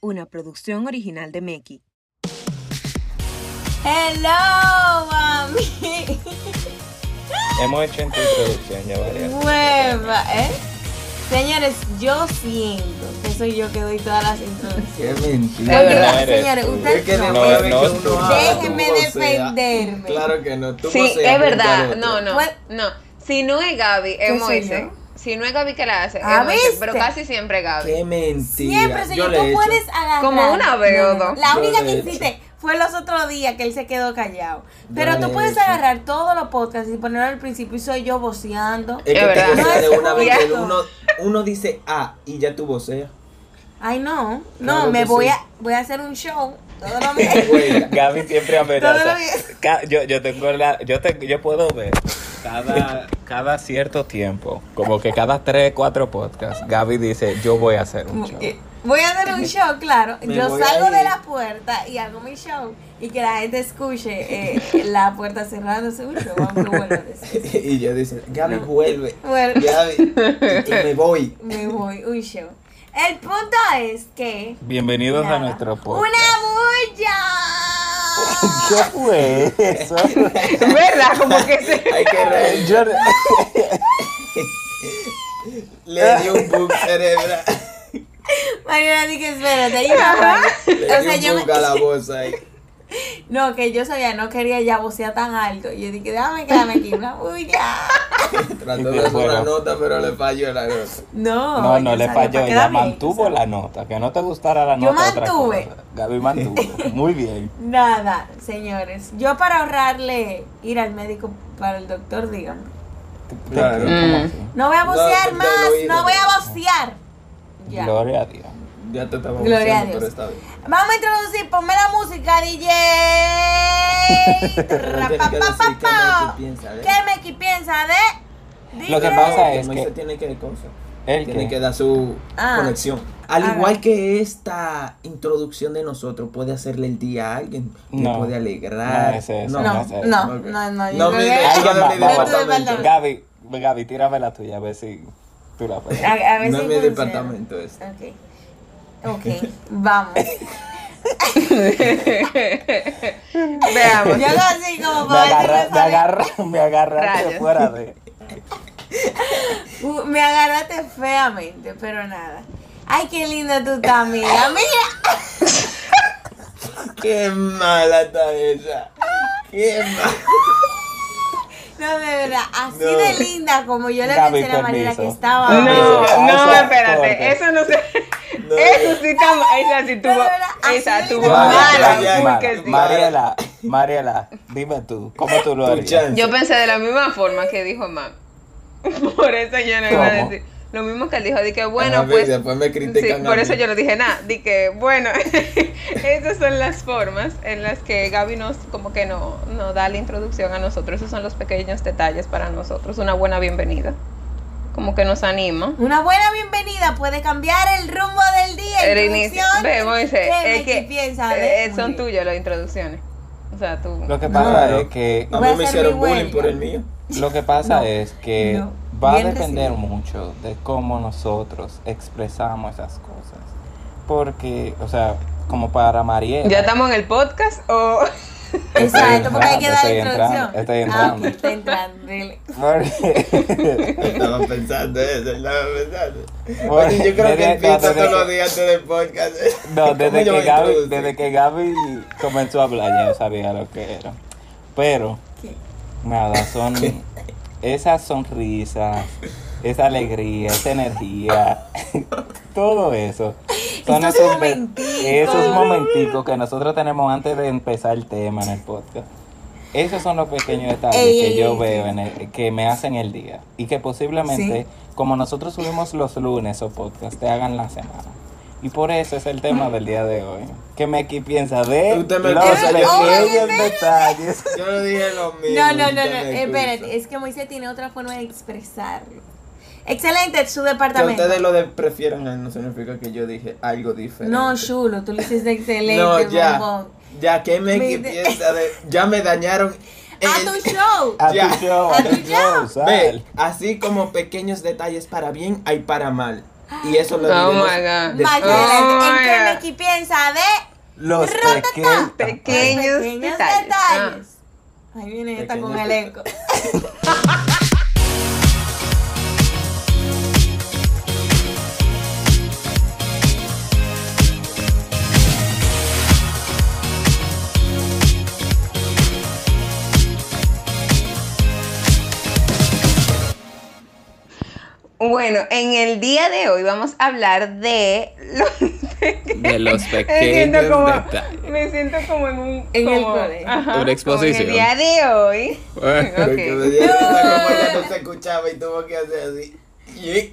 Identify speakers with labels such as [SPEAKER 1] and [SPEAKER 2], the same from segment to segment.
[SPEAKER 1] una producción original de Meki.
[SPEAKER 2] Hello, mami.
[SPEAKER 3] Hemos hecho entre introducción ya varias.
[SPEAKER 2] Hueva, ¿eh? Señores, yo siento que soy yo que doy todas las introducciones.
[SPEAKER 4] Qué
[SPEAKER 2] Porque,
[SPEAKER 3] De
[SPEAKER 4] mentira.
[SPEAKER 3] verdad.
[SPEAKER 2] la-
[SPEAKER 3] eres
[SPEAKER 2] señores,
[SPEAKER 3] tú.
[SPEAKER 4] Es que
[SPEAKER 2] ustedes
[SPEAKER 4] no,
[SPEAKER 2] no.
[SPEAKER 3] No,
[SPEAKER 4] puede
[SPEAKER 3] no,
[SPEAKER 4] que uno
[SPEAKER 3] tú.
[SPEAKER 4] haga
[SPEAKER 2] Déjenme
[SPEAKER 4] como sea.
[SPEAKER 2] defenderme.
[SPEAKER 4] Claro que no. Tú
[SPEAKER 5] Sí,
[SPEAKER 4] poseas
[SPEAKER 5] es
[SPEAKER 4] por
[SPEAKER 5] verdad.
[SPEAKER 4] otro.
[SPEAKER 5] No, no.
[SPEAKER 2] What?
[SPEAKER 5] No. Si no es Gaby, es
[SPEAKER 2] soy
[SPEAKER 5] Moise.
[SPEAKER 2] yo?
[SPEAKER 5] Si no es Gaby que la hace, es
[SPEAKER 2] Ah,
[SPEAKER 5] Moise,
[SPEAKER 2] ¿viste?
[SPEAKER 5] Pero casi siempre es Gaby.
[SPEAKER 4] Qué mentira.
[SPEAKER 2] Siempre,
[SPEAKER 4] Yo
[SPEAKER 2] señor,
[SPEAKER 4] le he
[SPEAKER 2] tú
[SPEAKER 4] hecho.
[SPEAKER 2] puedes agarrar.
[SPEAKER 5] Como una vez o dos.
[SPEAKER 2] La
[SPEAKER 4] Yo
[SPEAKER 2] única
[SPEAKER 4] le
[SPEAKER 2] que
[SPEAKER 4] he hecho.
[SPEAKER 2] hiciste fue los otros días que él se quedó callado.
[SPEAKER 4] Yo
[SPEAKER 2] Pero
[SPEAKER 4] le
[SPEAKER 2] tú
[SPEAKER 4] he
[SPEAKER 2] puedes
[SPEAKER 4] hecho.
[SPEAKER 2] agarrar todos los podcasts y ponerlo al principio y soy yo voceando.
[SPEAKER 4] Es que
[SPEAKER 5] Es verdad.
[SPEAKER 4] te
[SPEAKER 2] No
[SPEAKER 4] que de
[SPEAKER 2] es
[SPEAKER 4] una vez que
[SPEAKER 2] justo.
[SPEAKER 4] uno, uno dice ah y ya tú voceas.
[SPEAKER 2] Ay, no. No,
[SPEAKER 4] Claro
[SPEAKER 2] me
[SPEAKER 4] que
[SPEAKER 2] voy
[SPEAKER 4] sí.
[SPEAKER 2] a voy a hacer un show. Todo lo mismo.
[SPEAKER 4] Güey,
[SPEAKER 3] Gaby siempre
[SPEAKER 2] Todo lo
[SPEAKER 3] amenaza.
[SPEAKER 2] bien.
[SPEAKER 3] Ca- Yo, yo tengo la, yo te- yo puedo ver cada, cada cierto tiempo, como que cada tres, cuatro podcasts, Gaby dice, yo voy a hacer un show.
[SPEAKER 2] Voy a hacer un show, claro.
[SPEAKER 4] Me
[SPEAKER 2] Yo
[SPEAKER 4] voy a
[SPEAKER 2] salgo
[SPEAKER 4] ir.
[SPEAKER 2] de la puerta y hago mi show y que la gente escuche eh, la puerta cerrándose un show, aunque vuelva a decir.
[SPEAKER 4] y yo dice, Gaby vuelve.
[SPEAKER 2] Bueno.
[SPEAKER 4] Gaby, y tú, me voy.
[SPEAKER 2] Me voy, un show. El punto es que.
[SPEAKER 3] Bienvenidos
[SPEAKER 2] Nada.
[SPEAKER 3] a nuestro podcast.
[SPEAKER 2] ¡Una bulla!
[SPEAKER 3] ¿Qué fue eso?
[SPEAKER 5] ¿Verdad? Como que se...
[SPEAKER 4] Hay que reír.
[SPEAKER 3] Yo-
[SPEAKER 4] Le dio un bug cerebral.
[SPEAKER 2] Mariana dije, espérate, ahí va,
[SPEAKER 4] Le
[SPEAKER 2] Mari". O sea,
[SPEAKER 4] dio
[SPEAKER 2] yo
[SPEAKER 4] un bug a la
[SPEAKER 2] me...
[SPEAKER 4] voz ahí.
[SPEAKER 2] No, que yo sabía, no quería ya vocear tan alto. Y yo dije, déjame quedarme aquí, una bulla.
[SPEAKER 4] Trató
[SPEAKER 3] Y
[SPEAKER 4] de hacer una
[SPEAKER 3] bueno.
[SPEAKER 4] nota, pero le falló la nota.
[SPEAKER 2] No.
[SPEAKER 3] No,
[SPEAKER 2] yo
[SPEAKER 3] no le
[SPEAKER 2] sabía,
[SPEAKER 3] falló,
[SPEAKER 2] para
[SPEAKER 3] ella
[SPEAKER 2] quedar bien,
[SPEAKER 3] mantuvo la nota, que no te gustara la
[SPEAKER 2] Yo
[SPEAKER 3] nota. otra
[SPEAKER 2] mantuve.
[SPEAKER 3] cosa. Gaby mantuvo, muy bien.
[SPEAKER 2] Nada, señores. Yo para ahorrarle ir al médico para el doctor, dígame.
[SPEAKER 4] Claro.
[SPEAKER 3] ¿Cómo así?
[SPEAKER 2] No voy a
[SPEAKER 4] No,
[SPEAKER 2] vocear
[SPEAKER 4] del
[SPEAKER 2] más,
[SPEAKER 4] oído.
[SPEAKER 2] no voy a vocear. Ya.
[SPEAKER 3] Gloria a Dios.
[SPEAKER 4] Ya te estaba
[SPEAKER 2] Gloria a
[SPEAKER 4] buscando,
[SPEAKER 2] Dios.
[SPEAKER 4] pero está bien.
[SPEAKER 2] Vamos a introducir, ponme la música, DJ.
[SPEAKER 4] Pero
[SPEAKER 2] Tra,
[SPEAKER 4] tienes
[SPEAKER 2] pa,
[SPEAKER 4] que
[SPEAKER 2] pa,
[SPEAKER 4] decir
[SPEAKER 2] pa, pa.
[SPEAKER 4] qué Meki piensa ¿eh? de-
[SPEAKER 2] ¿Qué Meki piensa de? DJ?
[SPEAKER 3] Lo que pasa es
[SPEAKER 4] Como
[SPEAKER 3] que-
[SPEAKER 4] dice, tiene que cosa.
[SPEAKER 3] ¿El
[SPEAKER 4] Tiene
[SPEAKER 3] qué?
[SPEAKER 4] que dar su
[SPEAKER 2] Ah.
[SPEAKER 4] conexión. Al
[SPEAKER 2] Ah.
[SPEAKER 4] igual que esta introducción de nosotros puede hacerle el día a alguien,
[SPEAKER 3] No.
[SPEAKER 4] le puede alegrar.
[SPEAKER 3] No es
[SPEAKER 2] No,
[SPEAKER 3] eso, no sé.
[SPEAKER 2] no,
[SPEAKER 4] Ok.
[SPEAKER 2] no, no. yo
[SPEAKER 4] No,
[SPEAKER 2] creo
[SPEAKER 4] mi
[SPEAKER 2] que-
[SPEAKER 4] idea,
[SPEAKER 3] Alguien
[SPEAKER 4] no
[SPEAKER 3] va-
[SPEAKER 4] es mi
[SPEAKER 3] va-
[SPEAKER 4] departamento.
[SPEAKER 2] Perdón.
[SPEAKER 3] Gaby, Gaby, tírame la tuya, a ver si tú la
[SPEAKER 2] A,
[SPEAKER 3] pegas.
[SPEAKER 2] a ver
[SPEAKER 4] No
[SPEAKER 2] si
[SPEAKER 4] es mi
[SPEAKER 2] funciona.
[SPEAKER 4] departamento este.
[SPEAKER 2] Ok. Ok, vamos.
[SPEAKER 5] Veamos.
[SPEAKER 2] Yo hago así como
[SPEAKER 3] Me
[SPEAKER 2] para ver si
[SPEAKER 3] agarra, me
[SPEAKER 2] sale.
[SPEAKER 3] agarra, me agarraste
[SPEAKER 5] Rayos.
[SPEAKER 3] fuera de.
[SPEAKER 2] Uh, Me agarraste feamente, pero nada. Ay, qué linda tú estás, amiga. Mira.
[SPEAKER 4] Qué mala está esa. Qué mala.
[SPEAKER 2] No, de verdad, así
[SPEAKER 4] No.
[SPEAKER 2] de linda como yo le
[SPEAKER 3] Gaby,
[SPEAKER 2] pensé a la manera
[SPEAKER 3] permiso.
[SPEAKER 2] que estaba.
[SPEAKER 4] Ah,
[SPEAKER 5] No,
[SPEAKER 3] Eso,
[SPEAKER 5] no,
[SPEAKER 3] eso,
[SPEAKER 5] espérate.
[SPEAKER 3] corte.
[SPEAKER 5] Eso no se.
[SPEAKER 4] No,
[SPEAKER 2] Eh.
[SPEAKER 5] Eso sí está mal. Esa sí
[SPEAKER 2] Pero
[SPEAKER 5] tuvo.
[SPEAKER 2] era
[SPEAKER 5] Esa
[SPEAKER 2] así.
[SPEAKER 5] tuvo
[SPEAKER 4] Mala,
[SPEAKER 5] mala.
[SPEAKER 4] ya,
[SPEAKER 5] uy,
[SPEAKER 3] mala.
[SPEAKER 5] que sí.
[SPEAKER 4] mala.
[SPEAKER 3] Mariela, Mariela, dime tú, ¿cómo tú lo
[SPEAKER 4] Tu
[SPEAKER 3] harías?
[SPEAKER 4] chance.
[SPEAKER 5] Yo pensé de la misma forma que dijo Mam. Por eso yo no iba a
[SPEAKER 3] ¿Cómo?
[SPEAKER 5] decir. Lo mismo que él dijo, di que
[SPEAKER 4] Ajá,
[SPEAKER 5] bueno,
[SPEAKER 4] ve,
[SPEAKER 5] pues.
[SPEAKER 4] después me critican
[SPEAKER 5] sí,
[SPEAKER 4] a
[SPEAKER 5] por
[SPEAKER 4] mí.
[SPEAKER 5] eso yo no dije nada. Di que bueno, esas son las formas en las que Gaby nos, como que no, no da la introducción a nosotros. Esos son los pequeños detalles para nosotros. Una buena bienvenida. Como que nos anima.
[SPEAKER 2] Una buena bienvenida puede cambiar el rumbo del día.
[SPEAKER 5] El inicio.
[SPEAKER 2] introducción.
[SPEAKER 5] Ve, Moisés,
[SPEAKER 2] ¿Qué
[SPEAKER 5] es
[SPEAKER 2] Meki
[SPEAKER 5] que
[SPEAKER 2] piensa de?
[SPEAKER 5] eh, son tuyas las introducciones. O sea, tú.
[SPEAKER 3] Lo que pasa
[SPEAKER 4] No.
[SPEAKER 3] es que,
[SPEAKER 4] A
[SPEAKER 2] Voy a
[SPEAKER 4] mí me
[SPEAKER 2] hacer
[SPEAKER 4] hicieron
[SPEAKER 2] mi
[SPEAKER 4] bullying por
[SPEAKER 2] huelga.
[SPEAKER 4] el mío.
[SPEAKER 3] lo que pasa
[SPEAKER 2] No.
[SPEAKER 3] es que
[SPEAKER 2] No.
[SPEAKER 3] va a
[SPEAKER 2] Bien
[SPEAKER 3] depender
[SPEAKER 2] recibido.
[SPEAKER 3] mucho de cómo nosotros expresamos esas cosas. Porque, o sea, como para Mariela.
[SPEAKER 5] ¿Ya estamos en el podcast o.?
[SPEAKER 2] Exacto, porque hay que dar
[SPEAKER 3] Estoy entrando,
[SPEAKER 2] introducción.
[SPEAKER 3] estoy
[SPEAKER 2] Ah, ok,
[SPEAKER 3] entrando.
[SPEAKER 2] está entrando. dile.
[SPEAKER 3] Porque-
[SPEAKER 4] Estaba pensando eso, estaba pensando.
[SPEAKER 3] Bueno,
[SPEAKER 4] Oye, yo creo que
[SPEAKER 3] desde-
[SPEAKER 4] él piensa
[SPEAKER 3] desde
[SPEAKER 4] todos los
[SPEAKER 3] que-
[SPEAKER 4] días antes del podcast.
[SPEAKER 3] No,
[SPEAKER 4] ¿Cómo
[SPEAKER 3] desde
[SPEAKER 4] yo
[SPEAKER 3] que,
[SPEAKER 4] voy a
[SPEAKER 3] Gaby,
[SPEAKER 4] introducir?
[SPEAKER 3] desde que Gaby comenzó a hablar ya yo sabía lo que era. Pero,
[SPEAKER 2] ¿Qué?
[SPEAKER 3] nada, son esas sonrisas, esa alegría, esa energía, todo eso. Son
[SPEAKER 2] Estos
[SPEAKER 3] ve-
[SPEAKER 2] momenticos.
[SPEAKER 3] esos momenticos que nosotros tenemos antes de empezar el tema en el podcast. Esos son los pequeños detalles
[SPEAKER 2] Ey,
[SPEAKER 3] que
[SPEAKER 2] ey,
[SPEAKER 3] yo
[SPEAKER 2] ey,
[SPEAKER 3] veo en el- que me hacen el día y que posiblemente, como nosotros subimos los lunes o podcast, te hagan la semana. Y por eso es el tema del día de hoy. Que Meki piensa de los
[SPEAKER 4] Usted me acusa, yo-
[SPEAKER 3] pequeños detalles.
[SPEAKER 4] Yo no dije lo mismo.
[SPEAKER 2] No, no, no, no.
[SPEAKER 4] usted me excusa.
[SPEAKER 2] Espérate, es que Moisés tiene otra forma de expresarlo. Excelente, su
[SPEAKER 4] Que
[SPEAKER 2] departamento.
[SPEAKER 4] ustedes lo de- prefieran a él no significa que yo dije algo diferente.
[SPEAKER 2] No, chulo, tú lo hiciste excelente,
[SPEAKER 4] No, ya.
[SPEAKER 2] bombón.
[SPEAKER 4] Ya que me que
[SPEAKER 2] Me-
[SPEAKER 4] piensa de. Ah, Ya me dañaron.
[SPEAKER 2] A
[SPEAKER 4] el-
[SPEAKER 2] tu show.
[SPEAKER 3] A
[SPEAKER 4] Ya.
[SPEAKER 3] tu show, a tu show, sal.
[SPEAKER 4] Ve, así como pequeños detalles para bien hay para mal. Y eso lo
[SPEAKER 5] Oh
[SPEAKER 4] diremos
[SPEAKER 5] my God.
[SPEAKER 4] después.
[SPEAKER 2] Magdalena,
[SPEAKER 5] Oh,
[SPEAKER 2] ¿en qué
[SPEAKER 5] yeah.
[SPEAKER 2] Meki piensa de
[SPEAKER 6] Los
[SPEAKER 2] Rotatá.
[SPEAKER 6] pequeños
[SPEAKER 5] Pequeños
[SPEAKER 2] pequeños
[SPEAKER 5] detalles.
[SPEAKER 2] detalles? Ahí viene esta
[SPEAKER 4] Pequeños
[SPEAKER 2] con elenco.
[SPEAKER 5] Bueno, en el día de hoy vamos a hablar de los
[SPEAKER 3] de los
[SPEAKER 5] Me
[SPEAKER 3] pequeños
[SPEAKER 5] siento como,
[SPEAKER 3] detalles.
[SPEAKER 5] me siento como en un
[SPEAKER 2] En el
[SPEAKER 5] como-
[SPEAKER 2] cole.
[SPEAKER 5] ajá,
[SPEAKER 3] Una
[SPEAKER 5] como
[SPEAKER 3] exposición.
[SPEAKER 5] En el día de hoy.
[SPEAKER 3] Bueno,
[SPEAKER 4] Porque
[SPEAKER 5] Ok.
[SPEAKER 4] me di cuenta cómo ella no se escuchaba y tuvo que hacer así. Y-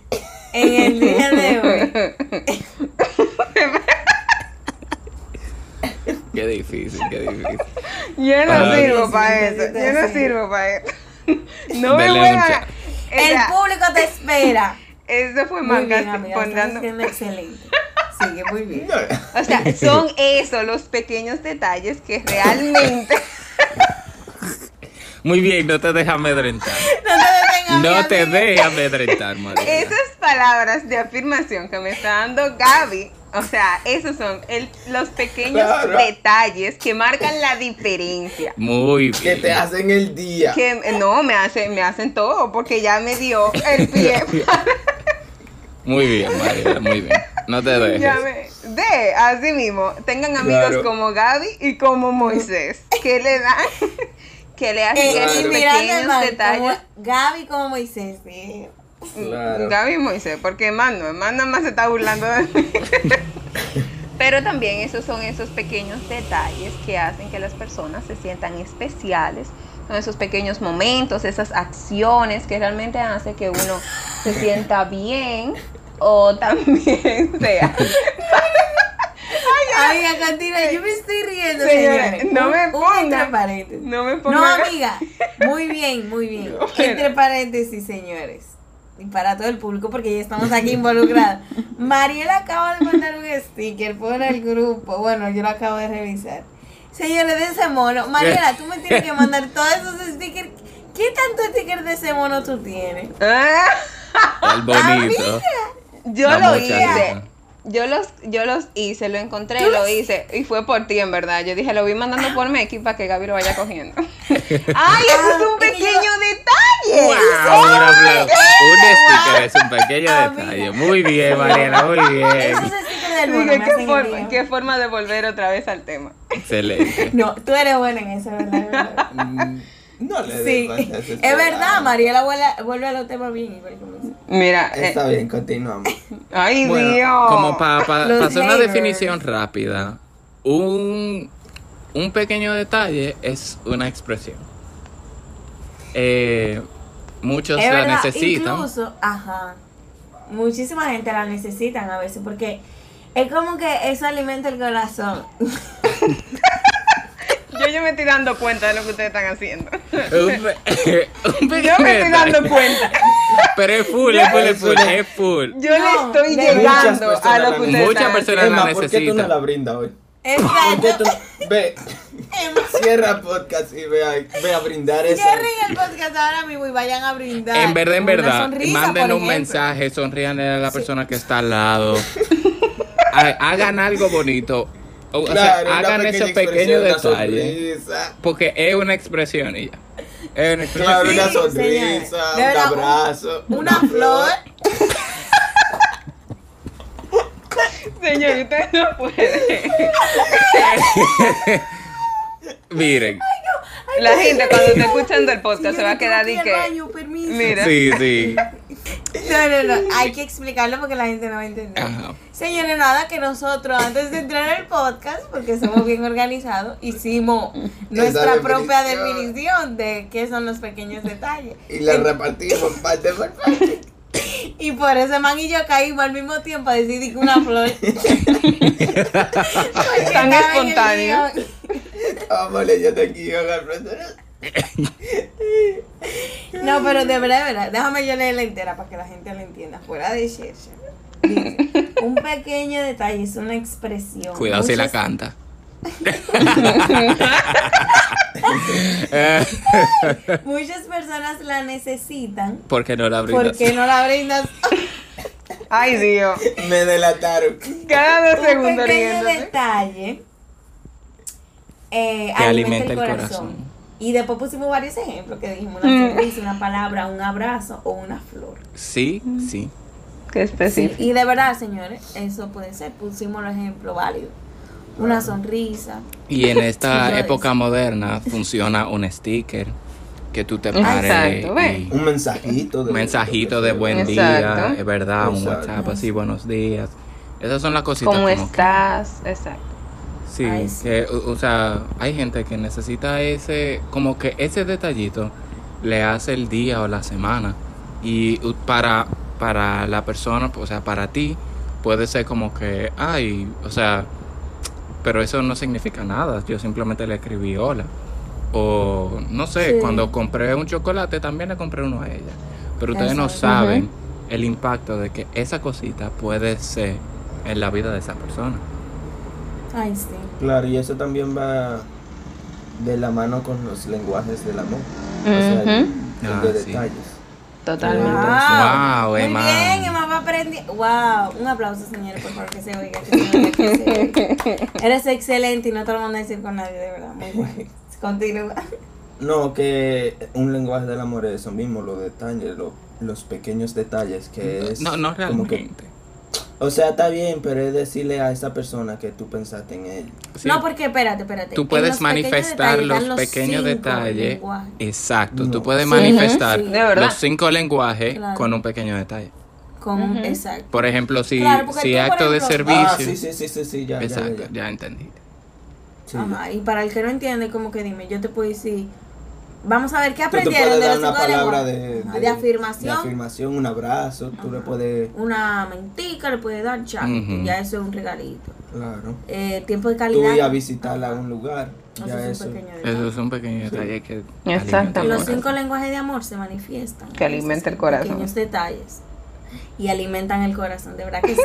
[SPEAKER 2] En el día de hoy.
[SPEAKER 3] Qué difícil, qué difícil.
[SPEAKER 5] Yo no
[SPEAKER 3] Ah,
[SPEAKER 5] sirvo
[SPEAKER 2] sí,
[SPEAKER 5] para
[SPEAKER 2] sí,
[SPEAKER 5] eso.
[SPEAKER 2] sí,
[SPEAKER 5] Yo no
[SPEAKER 2] sí.
[SPEAKER 5] sirvo para eso. No me
[SPEAKER 3] Dale
[SPEAKER 5] voy
[SPEAKER 3] un
[SPEAKER 5] a.
[SPEAKER 3] chat.
[SPEAKER 2] El público te espera.
[SPEAKER 5] Eso fue
[SPEAKER 2] Muy bien,
[SPEAKER 5] manga
[SPEAKER 2] amiga, estás haciendo excelente. Sigue muy bien.
[SPEAKER 4] No.
[SPEAKER 5] O sea, son eso, los pequeños detalles que realmente.
[SPEAKER 3] Muy bien, no te dejes amedrentar.
[SPEAKER 2] No te detengas,
[SPEAKER 3] No
[SPEAKER 2] amiga.
[SPEAKER 3] te dejes amedrentar, María.
[SPEAKER 5] Esas palabras de afirmación que me está dando Gaby, o sea, esos son el- los pequeños
[SPEAKER 4] Claro.
[SPEAKER 5] detalles que marcan la diferencia.
[SPEAKER 3] Muy
[SPEAKER 4] Que
[SPEAKER 3] bien.
[SPEAKER 4] te hacen el día.
[SPEAKER 5] Que no, me hacen, me hacen todo porque ya me dio el pie.
[SPEAKER 3] Muy bien, María, muy bien. No te
[SPEAKER 5] Ya
[SPEAKER 3] dejes.
[SPEAKER 5] me- de, así mismo, tengan amigos
[SPEAKER 4] Claro.
[SPEAKER 5] como Gaby y como Moisés, que le dan, que le hacen
[SPEAKER 2] Eh, y
[SPEAKER 5] esos
[SPEAKER 2] mirando
[SPEAKER 5] pequeños
[SPEAKER 2] mal,
[SPEAKER 5] detalles.
[SPEAKER 2] como Gaby como Moisés. eh. sí.
[SPEAKER 4] Claro.
[SPEAKER 5] Gaby y Moisés, porque Emma no, Emma nada más se está burlando de mí. Pero también esos son esos pequeños detalles que hacen que las personas se sientan especiales. Son esos pequeños momentos, esas acciones que realmente hacen que uno se sienta bien o también sea.
[SPEAKER 2] Amiga, continúa. Yo me estoy riendo,
[SPEAKER 5] Señora,
[SPEAKER 2] señores.
[SPEAKER 5] no me
[SPEAKER 2] Un- un entre
[SPEAKER 5] pongan-
[SPEAKER 2] paréntesis.
[SPEAKER 5] No me
[SPEAKER 2] No,
[SPEAKER 5] pongan.
[SPEAKER 2] amiga. Muy bien, muy bien. Entre paréntesis, señores. Y para todo el público, porque ya estamos aquí involucrados. Mariela acaba de mandar un sticker por el grupo. Bueno, yo lo acabo de revisar. Señores, de ese mono. Mariela, tú me tienes que mandar todos esos stickers. ¿Qué tanto sticker de ese mono tú tienes?
[SPEAKER 5] Ah,
[SPEAKER 3] El bonito.
[SPEAKER 5] yo
[SPEAKER 3] La
[SPEAKER 5] lo
[SPEAKER 3] mocha,
[SPEAKER 5] hice.
[SPEAKER 3] amiga.
[SPEAKER 5] Yo los, yo los hice, lo encontré, lo hice. Y fue por ti, en verdad. Yo dije, lo voy mandando por Meki para que Gaby lo vaya cogiendo. ¡Ay, eso es un
[SPEAKER 2] Ah, y yo-
[SPEAKER 5] pequeño detalle!
[SPEAKER 3] Wow, un aplauso. Un sticker es un pequeño detalle. Muy bien, Mariana, muy bien.
[SPEAKER 2] Esos stickers del mono.
[SPEAKER 5] Dije,
[SPEAKER 2] me
[SPEAKER 5] Eh, ¿qué
[SPEAKER 2] hacen el
[SPEAKER 5] forma,
[SPEAKER 2] día.
[SPEAKER 5] qué forma de volver otra vez al tema.
[SPEAKER 3] Excelente.
[SPEAKER 2] No, tú eres buena en eso, ¿verdad? ¿verdad?
[SPEAKER 4] Mm, No le
[SPEAKER 2] Sí,
[SPEAKER 4] des
[SPEAKER 2] es verdad, Mariela vuelve, vuelve a los temas bien. igual que me dice.
[SPEAKER 5] Mira, eh,
[SPEAKER 4] Está bien, continuamos.
[SPEAKER 5] ay
[SPEAKER 3] Bueno,
[SPEAKER 5] Dios.
[SPEAKER 3] como para
[SPEAKER 2] Los
[SPEAKER 3] hacer una
[SPEAKER 2] haters.
[SPEAKER 3] definición rápida, un, un pequeño detalle es una expresión. Eh, muchos
[SPEAKER 2] es
[SPEAKER 3] la
[SPEAKER 2] verdad,
[SPEAKER 3] necesitan.
[SPEAKER 2] incluso, ajá, muchísima gente la necesitan a veces porque es como que eso alimenta el corazón.
[SPEAKER 5] Yo, yo me estoy dando cuenta de lo que ustedes están haciendo.
[SPEAKER 3] Un, pe- un
[SPEAKER 2] Pues
[SPEAKER 3] pequeño
[SPEAKER 5] Yo me estoy dando
[SPEAKER 3] detalle.
[SPEAKER 5] cuenta.
[SPEAKER 3] Pero es full, es full, es full, es full.
[SPEAKER 5] Yo
[SPEAKER 2] No,
[SPEAKER 5] le estoy
[SPEAKER 2] de-
[SPEAKER 5] llegando
[SPEAKER 4] Muchas
[SPEAKER 5] a
[SPEAKER 4] personas
[SPEAKER 5] lo
[SPEAKER 4] la-
[SPEAKER 5] que ustedes
[SPEAKER 3] muchas
[SPEAKER 5] están
[SPEAKER 3] personas- Pero la
[SPEAKER 4] Emma,
[SPEAKER 5] haciendo.
[SPEAKER 4] ¿por qué tú no
[SPEAKER 3] necesita.
[SPEAKER 4] la brindas hoy? ¿Por qué
[SPEAKER 2] Exacto.
[SPEAKER 4] tú ve? Cierra podcast y ve a, ve a brindar eso.
[SPEAKER 2] Cierren el podcast ahora mismo y vayan a brindar.
[SPEAKER 3] En verdad, en
[SPEAKER 2] con una
[SPEAKER 3] verdad,
[SPEAKER 2] sonrisa,
[SPEAKER 3] manden
[SPEAKER 2] por
[SPEAKER 3] un
[SPEAKER 2] ejemplo.
[SPEAKER 3] mensaje, sonrían a la persona que está al lado. Ha- hagan algo bonito. O, o sea,
[SPEAKER 4] Claro, una
[SPEAKER 3] hagan
[SPEAKER 4] pequeña
[SPEAKER 3] esos pequeños
[SPEAKER 4] expresión, una
[SPEAKER 3] detalles.
[SPEAKER 4] sonrisa.
[SPEAKER 3] Porque es una expresión y ya. Es una expresión.
[SPEAKER 4] Claro, una
[SPEAKER 2] Sí, señores.
[SPEAKER 4] sonrisa,
[SPEAKER 2] De verdad,
[SPEAKER 4] un
[SPEAKER 2] un-
[SPEAKER 4] abrazo.
[SPEAKER 2] Una flor.
[SPEAKER 5] Señor, ustedes no pueden.
[SPEAKER 3] Miren.
[SPEAKER 5] La gente cuando esté escuchando el podcast se va a
[SPEAKER 2] Señores,
[SPEAKER 5] quedar
[SPEAKER 2] tengo
[SPEAKER 5] y
[SPEAKER 2] que ir al
[SPEAKER 5] que...
[SPEAKER 2] baño, permiso.
[SPEAKER 5] Mira.
[SPEAKER 3] Sí, sí.
[SPEAKER 2] No, no, no, hay que explicarlo porque la gente no va a entender.
[SPEAKER 3] Ajá.
[SPEAKER 2] Señores, nada que nosotros antes de entrar al podcast, porque somos bien organizados, hicimos nuestra
[SPEAKER 4] definición.
[SPEAKER 2] propia definición de qué son los pequeños detalles.
[SPEAKER 4] Y la repartimos parte por parte.
[SPEAKER 2] Y por eso Man y yo caímos al mismo tiempo a decir "Di que una flor. Porque estaba en el
[SPEAKER 5] Tan espontáneo.
[SPEAKER 2] guión.
[SPEAKER 4] Vamos leyendo el guión al profesor.
[SPEAKER 2] No, pero de verdad, de verdad, déjame yo leerla entera para que la gente la entienda. Fuera de Shesha. Dice, un pequeño detalle es una expresión.
[SPEAKER 3] Cuidado si la
[SPEAKER 2] Muchas-
[SPEAKER 3] canta.
[SPEAKER 2] Muchas personas la necesitan
[SPEAKER 3] Porque no la brindas.
[SPEAKER 2] porque no la brindas.
[SPEAKER 5] Ay, Dios.
[SPEAKER 4] Me delataron.
[SPEAKER 5] Cada dos
[SPEAKER 2] Un pequeño
[SPEAKER 5] segundos riéndose.
[SPEAKER 2] detalle eh, alimenta
[SPEAKER 6] Que alimenta
[SPEAKER 2] el
[SPEAKER 6] el
[SPEAKER 2] corazón.
[SPEAKER 6] corazón.
[SPEAKER 2] Y después pusimos varios ejemplos que dijimos una sonrisa, una palabra, un abrazo o una flor.
[SPEAKER 3] Sí, sí.
[SPEAKER 5] Qué
[SPEAKER 2] Sí,
[SPEAKER 5] específico.
[SPEAKER 2] y de verdad, señores, eso puede ser. Pusimos los ejemplos válidos. Una sonrisa.
[SPEAKER 3] Y en
[SPEAKER 2] Sí,
[SPEAKER 3] esta
[SPEAKER 2] yo
[SPEAKER 3] época moderna funciona un sticker que tú
[SPEAKER 2] Ah,
[SPEAKER 3] te pares
[SPEAKER 5] Exacto, ve.
[SPEAKER 3] y
[SPEAKER 4] Un mensajito.
[SPEAKER 3] un mensajito de buen día, pues,
[SPEAKER 5] Exacto.
[SPEAKER 3] es verdad, un
[SPEAKER 4] Exacto.
[SPEAKER 3] WhatsApp así, buenos días. Esas son las cositas
[SPEAKER 5] ¿Cómo
[SPEAKER 3] como que-
[SPEAKER 5] estás? Exacto.
[SPEAKER 3] Sí,
[SPEAKER 2] Ay, sí.
[SPEAKER 3] que, o, o sea, hay gente que necesita ese, como que ese detallito le hace el día o la semana. Y u- para, para la persona, o sea, para ti, puede ser como que, ay, o sea, pero eso no significa nada. Yo simplemente le escribí hola. O no sé,
[SPEAKER 2] Sí.
[SPEAKER 3] cuando compré un chocolate también le compré uno a ella. Pero ustedes no
[SPEAKER 2] Exacto.
[SPEAKER 3] saben el impacto de que esa cosita puede ser en la vida de esa persona.
[SPEAKER 2] Ay, sí.
[SPEAKER 4] Claro, y eso también va de la mano con los lenguajes del amor. O sea, el-
[SPEAKER 5] Ujú.
[SPEAKER 4] el
[SPEAKER 3] Ah,
[SPEAKER 4] de
[SPEAKER 3] sí.
[SPEAKER 4] detalles.
[SPEAKER 5] Totalmente.
[SPEAKER 3] Wow,
[SPEAKER 2] Muy
[SPEAKER 3] Emma.
[SPEAKER 2] bien, Emma va aprendiendo. Wow, un aplauso, señores, por favor, que se oiga. que se oiga, que se oiga. Eres excelente y no te lo mando a decir con nadie, de verdad. Muy bueno. Continúa.
[SPEAKER 4] No, que un lenguaje del amor es eso mismo, los detalles, lo- los pequeños detalles que es...
[SPEAKER 3] No, no
[SPEAKER 4] como que-
[SPEAKER 3] realmente.
[SPEAKER 4] o sea, está bien, pero es decirle a esa persona que tú pensaste en él.
[SPEAKER 3] Sí.
[SPEAKER 2] No, porque espérate, espérate.
[SPEAKER 3] Tú
[SPEAKER 2] En
[SPEAKER 3] puedes
[SPEAKER 2] los
[SPEAKER 3] manifestar
[SPEAKER 2] pequeños
[SPEAKER 3] los
[SPEAKER 2] detalles,
[SPEAKER 3] pequeños
[SPEAKER 2] dan los cinco
[SPEAKER 3] detalles.
[SPEAKER 2] lenguajes.
[SPEAKER 3] Exacto,
[SPEAKER 4] No.
[SPEAKER 3] tú puedes
[SPEAKER 2] Sí,
[SPEAKER 3] manifestar
[SPEAKER 2] ujú, sí.
[SPEAKER 5] De verdad.
[SPEAKER 3] los cinco lenguajes
[SPEAKER 2] Claro.
[SPEAKER 3] con un pequeño detalle.
[SPEAKER 2] Con, Exacto.
[SPEAKER 3] Por ejemplo, si,
[SPEAKER 2] Claro, porque
[SPEAKER 3] si
[SPEAKER 2] tú, por
[SPEAKER 3] acto de
[SPEAKER 2] ejemplo-
[SPEAKER 3] servicio.
[SPEAKER 4] Ah, sí, sí, sí, sí, sí, ya, ya, ya,
[SPEAKER 3] Exacto,
[SPEAKER 4] ya.
[SPEAKER 3] ya, entendí.
[SPEAKER 4] Sí.
[SPEAKER 2] Ajá, y para el que no entiende, como que dime, yo te puedo decir, vamos a ver qué
[SPEAKER 4] Tú te
[SPEAKER 2] aprendieron
[SPEAKER 4] puedes
[SPEAKER 2] de
[SPEAKER 4] dar
[SPEAKER 2] los
[SPEAKER 4] una
[SPEAKER 2] cinco
[SPEAKER 4] palabra
[SPEAKER 2] lenguajes?
[SPEAKER 4] de,
[SPEAKER 2] Ajá, de afirmación,
[SPEAKER 4] de afirmación, un abrazo, tú le puedes...
[SPEAKER 2] una mentica, le puedes dar chat,
[SPEAKER 3] Ujú.
[SPEAKER 2] ya eso es un regalito.
[SPEAKER 4] Claro.
[SPEAKER 2] Eh, tiempo de
[SPEAKER 4] Tú
[SPEAKER 2] calidad.
[SPEAKER 4] ir a visitarla a un lugar,
[SPEAKER 2] Eso
[SPEAKER 4] ya
[SPEAKER 2] es
[SPEAKER 4] eso.
[SPEAKER 2] un pequeño detalle.
[SPEAKER 3] Eso es un pequeño detalle que. alimenta el
[SPEAKER 5] Exactamente.
[SPEAKER 2] Los
[SPEAKER 3] corazón.
[SPEAKER 2] cinco lenguajes de amor se manifiestan.
[SPEAKER 5] Que alimenta el
[SPEAKER 2] Esos
[SPEAKER 5] corazón.
[SPEAKER 2] Pequeños detalles. Y alimentan el corazón, de verdad que sí.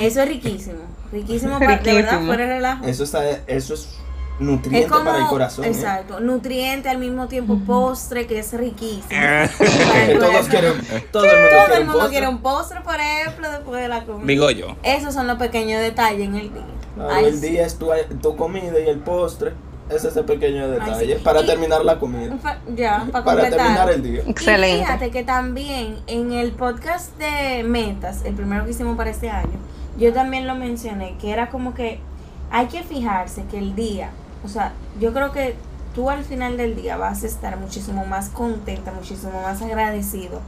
[SPEAKER 2] Eso es riquísimo. Riquísimo, para, de verdad,
[SPEAKER 5] Riquísimo.
[SPEAKER 2] fuera de relajo.
[SPEAKER 4] Eso, está, eso es nutriente para el corazón. ¿eh?
[SPEAKER 2] exacto, nutriente al mismo tiempo postre que es riquísimo.
[SPEAKER 3] Eh.
[SPEAKER 2] Para
[SPEAKER 4] Que
[SPEAKER 2] el
[SPEAKER 4] todos
[SPEAKER 2] corazón.
[SPEAKER 4] quieren, todo el mundo
[SPEAKER 2] Todo
[SPEAKER 4] quiere
[SPEAKER 2] el
[SPEAKER 4] un
[SPEAKER 2] mundo
[SPEAKER 4] postre.
[SPEAKER 2] quiere un postre, por ejemplo, después de la comida.
[SPEAKER 3] Digo yo.
[SPEAKER 2] Esos son los pequeños detalles en el día.
[SPEAKER 4] Claro,
[SPEAKER 2] Ay,
[SPEAKER 4] el
[SPEAKER 2] sí.
[SPEAKER 4] Ah, día es tu, tu comida y el postre. Ese es el pequeño detalle.
[SPEAKER 2] sí.
[SPEAKER 4] Para
[SPEAKER 2] Y-
[SPEAKER 4] terminar la comida.
[SPEAKER 2] Pa- Ya, para,
[SPEAKER 4] Para
[SPEAKER 2] completar.
[SPEAKER 4] terminar el día.
[SPEAKER 5] Excelente.
[SPEAKER 2] Y fíjate que también en el podcast de metas, el primero que hicimos para este año, yo también lo mencioné, que era como que hay que fijarse que el día, o sea, yo creo que tú al final del día vas a estar muchísimo más contenta, muchísimo más agradecido,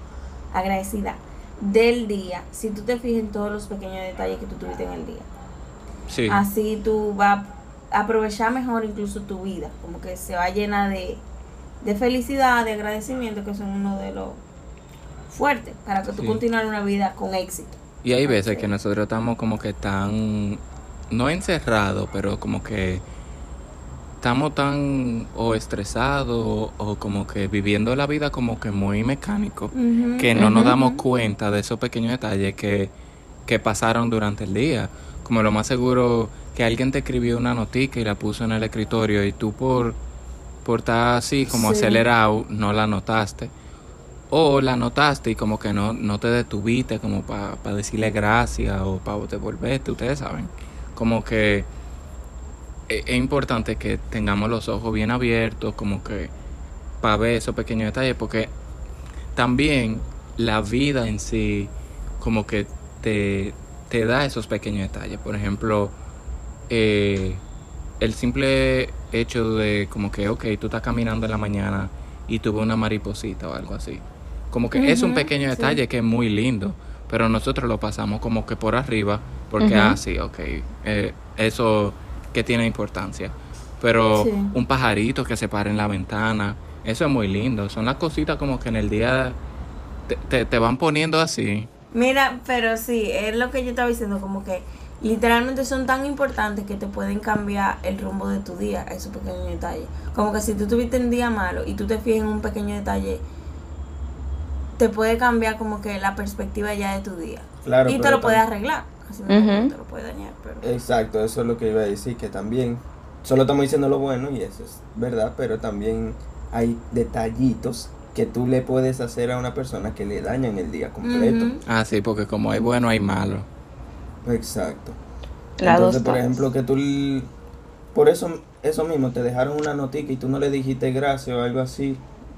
[SPEAKER 2] agradecida del día, si tú te fijas en todos los pequeños detalles que tú tuviste en el día.
[SPEAKER 3] Sí.
[SPEAKER 2] Así tú vas a aprovechar mejor incluso tu vida, como que se va llena de, de felicidad, de agradecimiento, que son uno de los fuertes para que tú
[SPEAKER 3] Sí.
[SPEAKER 2] continúes una vida con éxito.
[SPEAKER 3] Y hay veces que nosotros estamos como que tan, no encerrados, pero como que estamos tan o estresados o, o como que viviendo la vida como que muy mecánico, que no nos damos cuenta de esos pequeños detalles que, que pasaron durante el día. Como lo más seguro que alguien te escribió una notica y la puso en el escritorio y tú por, por estar así como
[SPEAKER 2] Sí.
[SPEAKER 3] acelerado no la notaste. O la notaste y como que no, no te detuviste como para decirle gracias o para devolverte, ustedes saben. Como que e- es, importante que tengamos los ojos bien abiertos, como que para ver esos pequeños detalles, porque también la vida en sí como que te, te da esos pequeños detalles. Por ejemplo, eh, el simple hecho de como que, ok, tú estás caminando en la mañana y tuve una mariposita o algo así. Como que es un
[SPEAKER 2] Ujú,
[SPEAKER 3] pequeño
[SPEAKER 2] sí.
[SPEAKER 3] detalle que es muy lindo, pero nosotros lo pasamos como que por arriba porque,
[SPEAKER 5] Ujú.
[SPEAKER 3] ah, sí, ok, eh, eso que tiene importancia. Pero
[SPEAKER 2] Sí.
[SPEAKER 3] un pajarito que se para en la ventana, eso es muy lindo. Son las cositas como que en el día te, te- te van poniendo así.
[SPEAKER 2] Mira, pero sí, es lo que yo estaba diciendo, como que literalmente son tan importantes que te pueden cambiar el rumbo de tu día, esos pequeños detalles. Como que si tú tuviste un día malo y tú te fijas en un pequeño detalle, te puede cambiar como que la perspectiva ya de tu día.
[SPEAKER 4] Claro,
[SPEAKER 2] y te
[SPEAKER 4] pero Eh,
[SPEAKER 2] lo puede
[SPEAKER 4] tam-
[SPEAKER 2] arreglar. Así no
[SPEAKER 5] Ujú.
[SPEAKER 2] te lo puede dañar, pero.
[SPEAKER 4] Exacto, eso es lo que iba a decir, que también, solo estamos diciendo lo bueno y eso es verdad, pero también hay detallitos que tú le puedes hacer a una persona que le dañan el día completo.
[SPEAKER 2] Ujú.
[SPEAKER 3] Ah, sí, porque como hay bueno, hay malo.
[SPEAKER 4] Exacto.
[SPEAKER 5] Las dos
[SPEAKER 4] Entonces, por
[SPEAKER 5] partes.
[SPEAKER 4] ejemplo, que tú... l- Por eso, eso mismo, te dejaron una notica y tú no le dijiste gracias o algo así.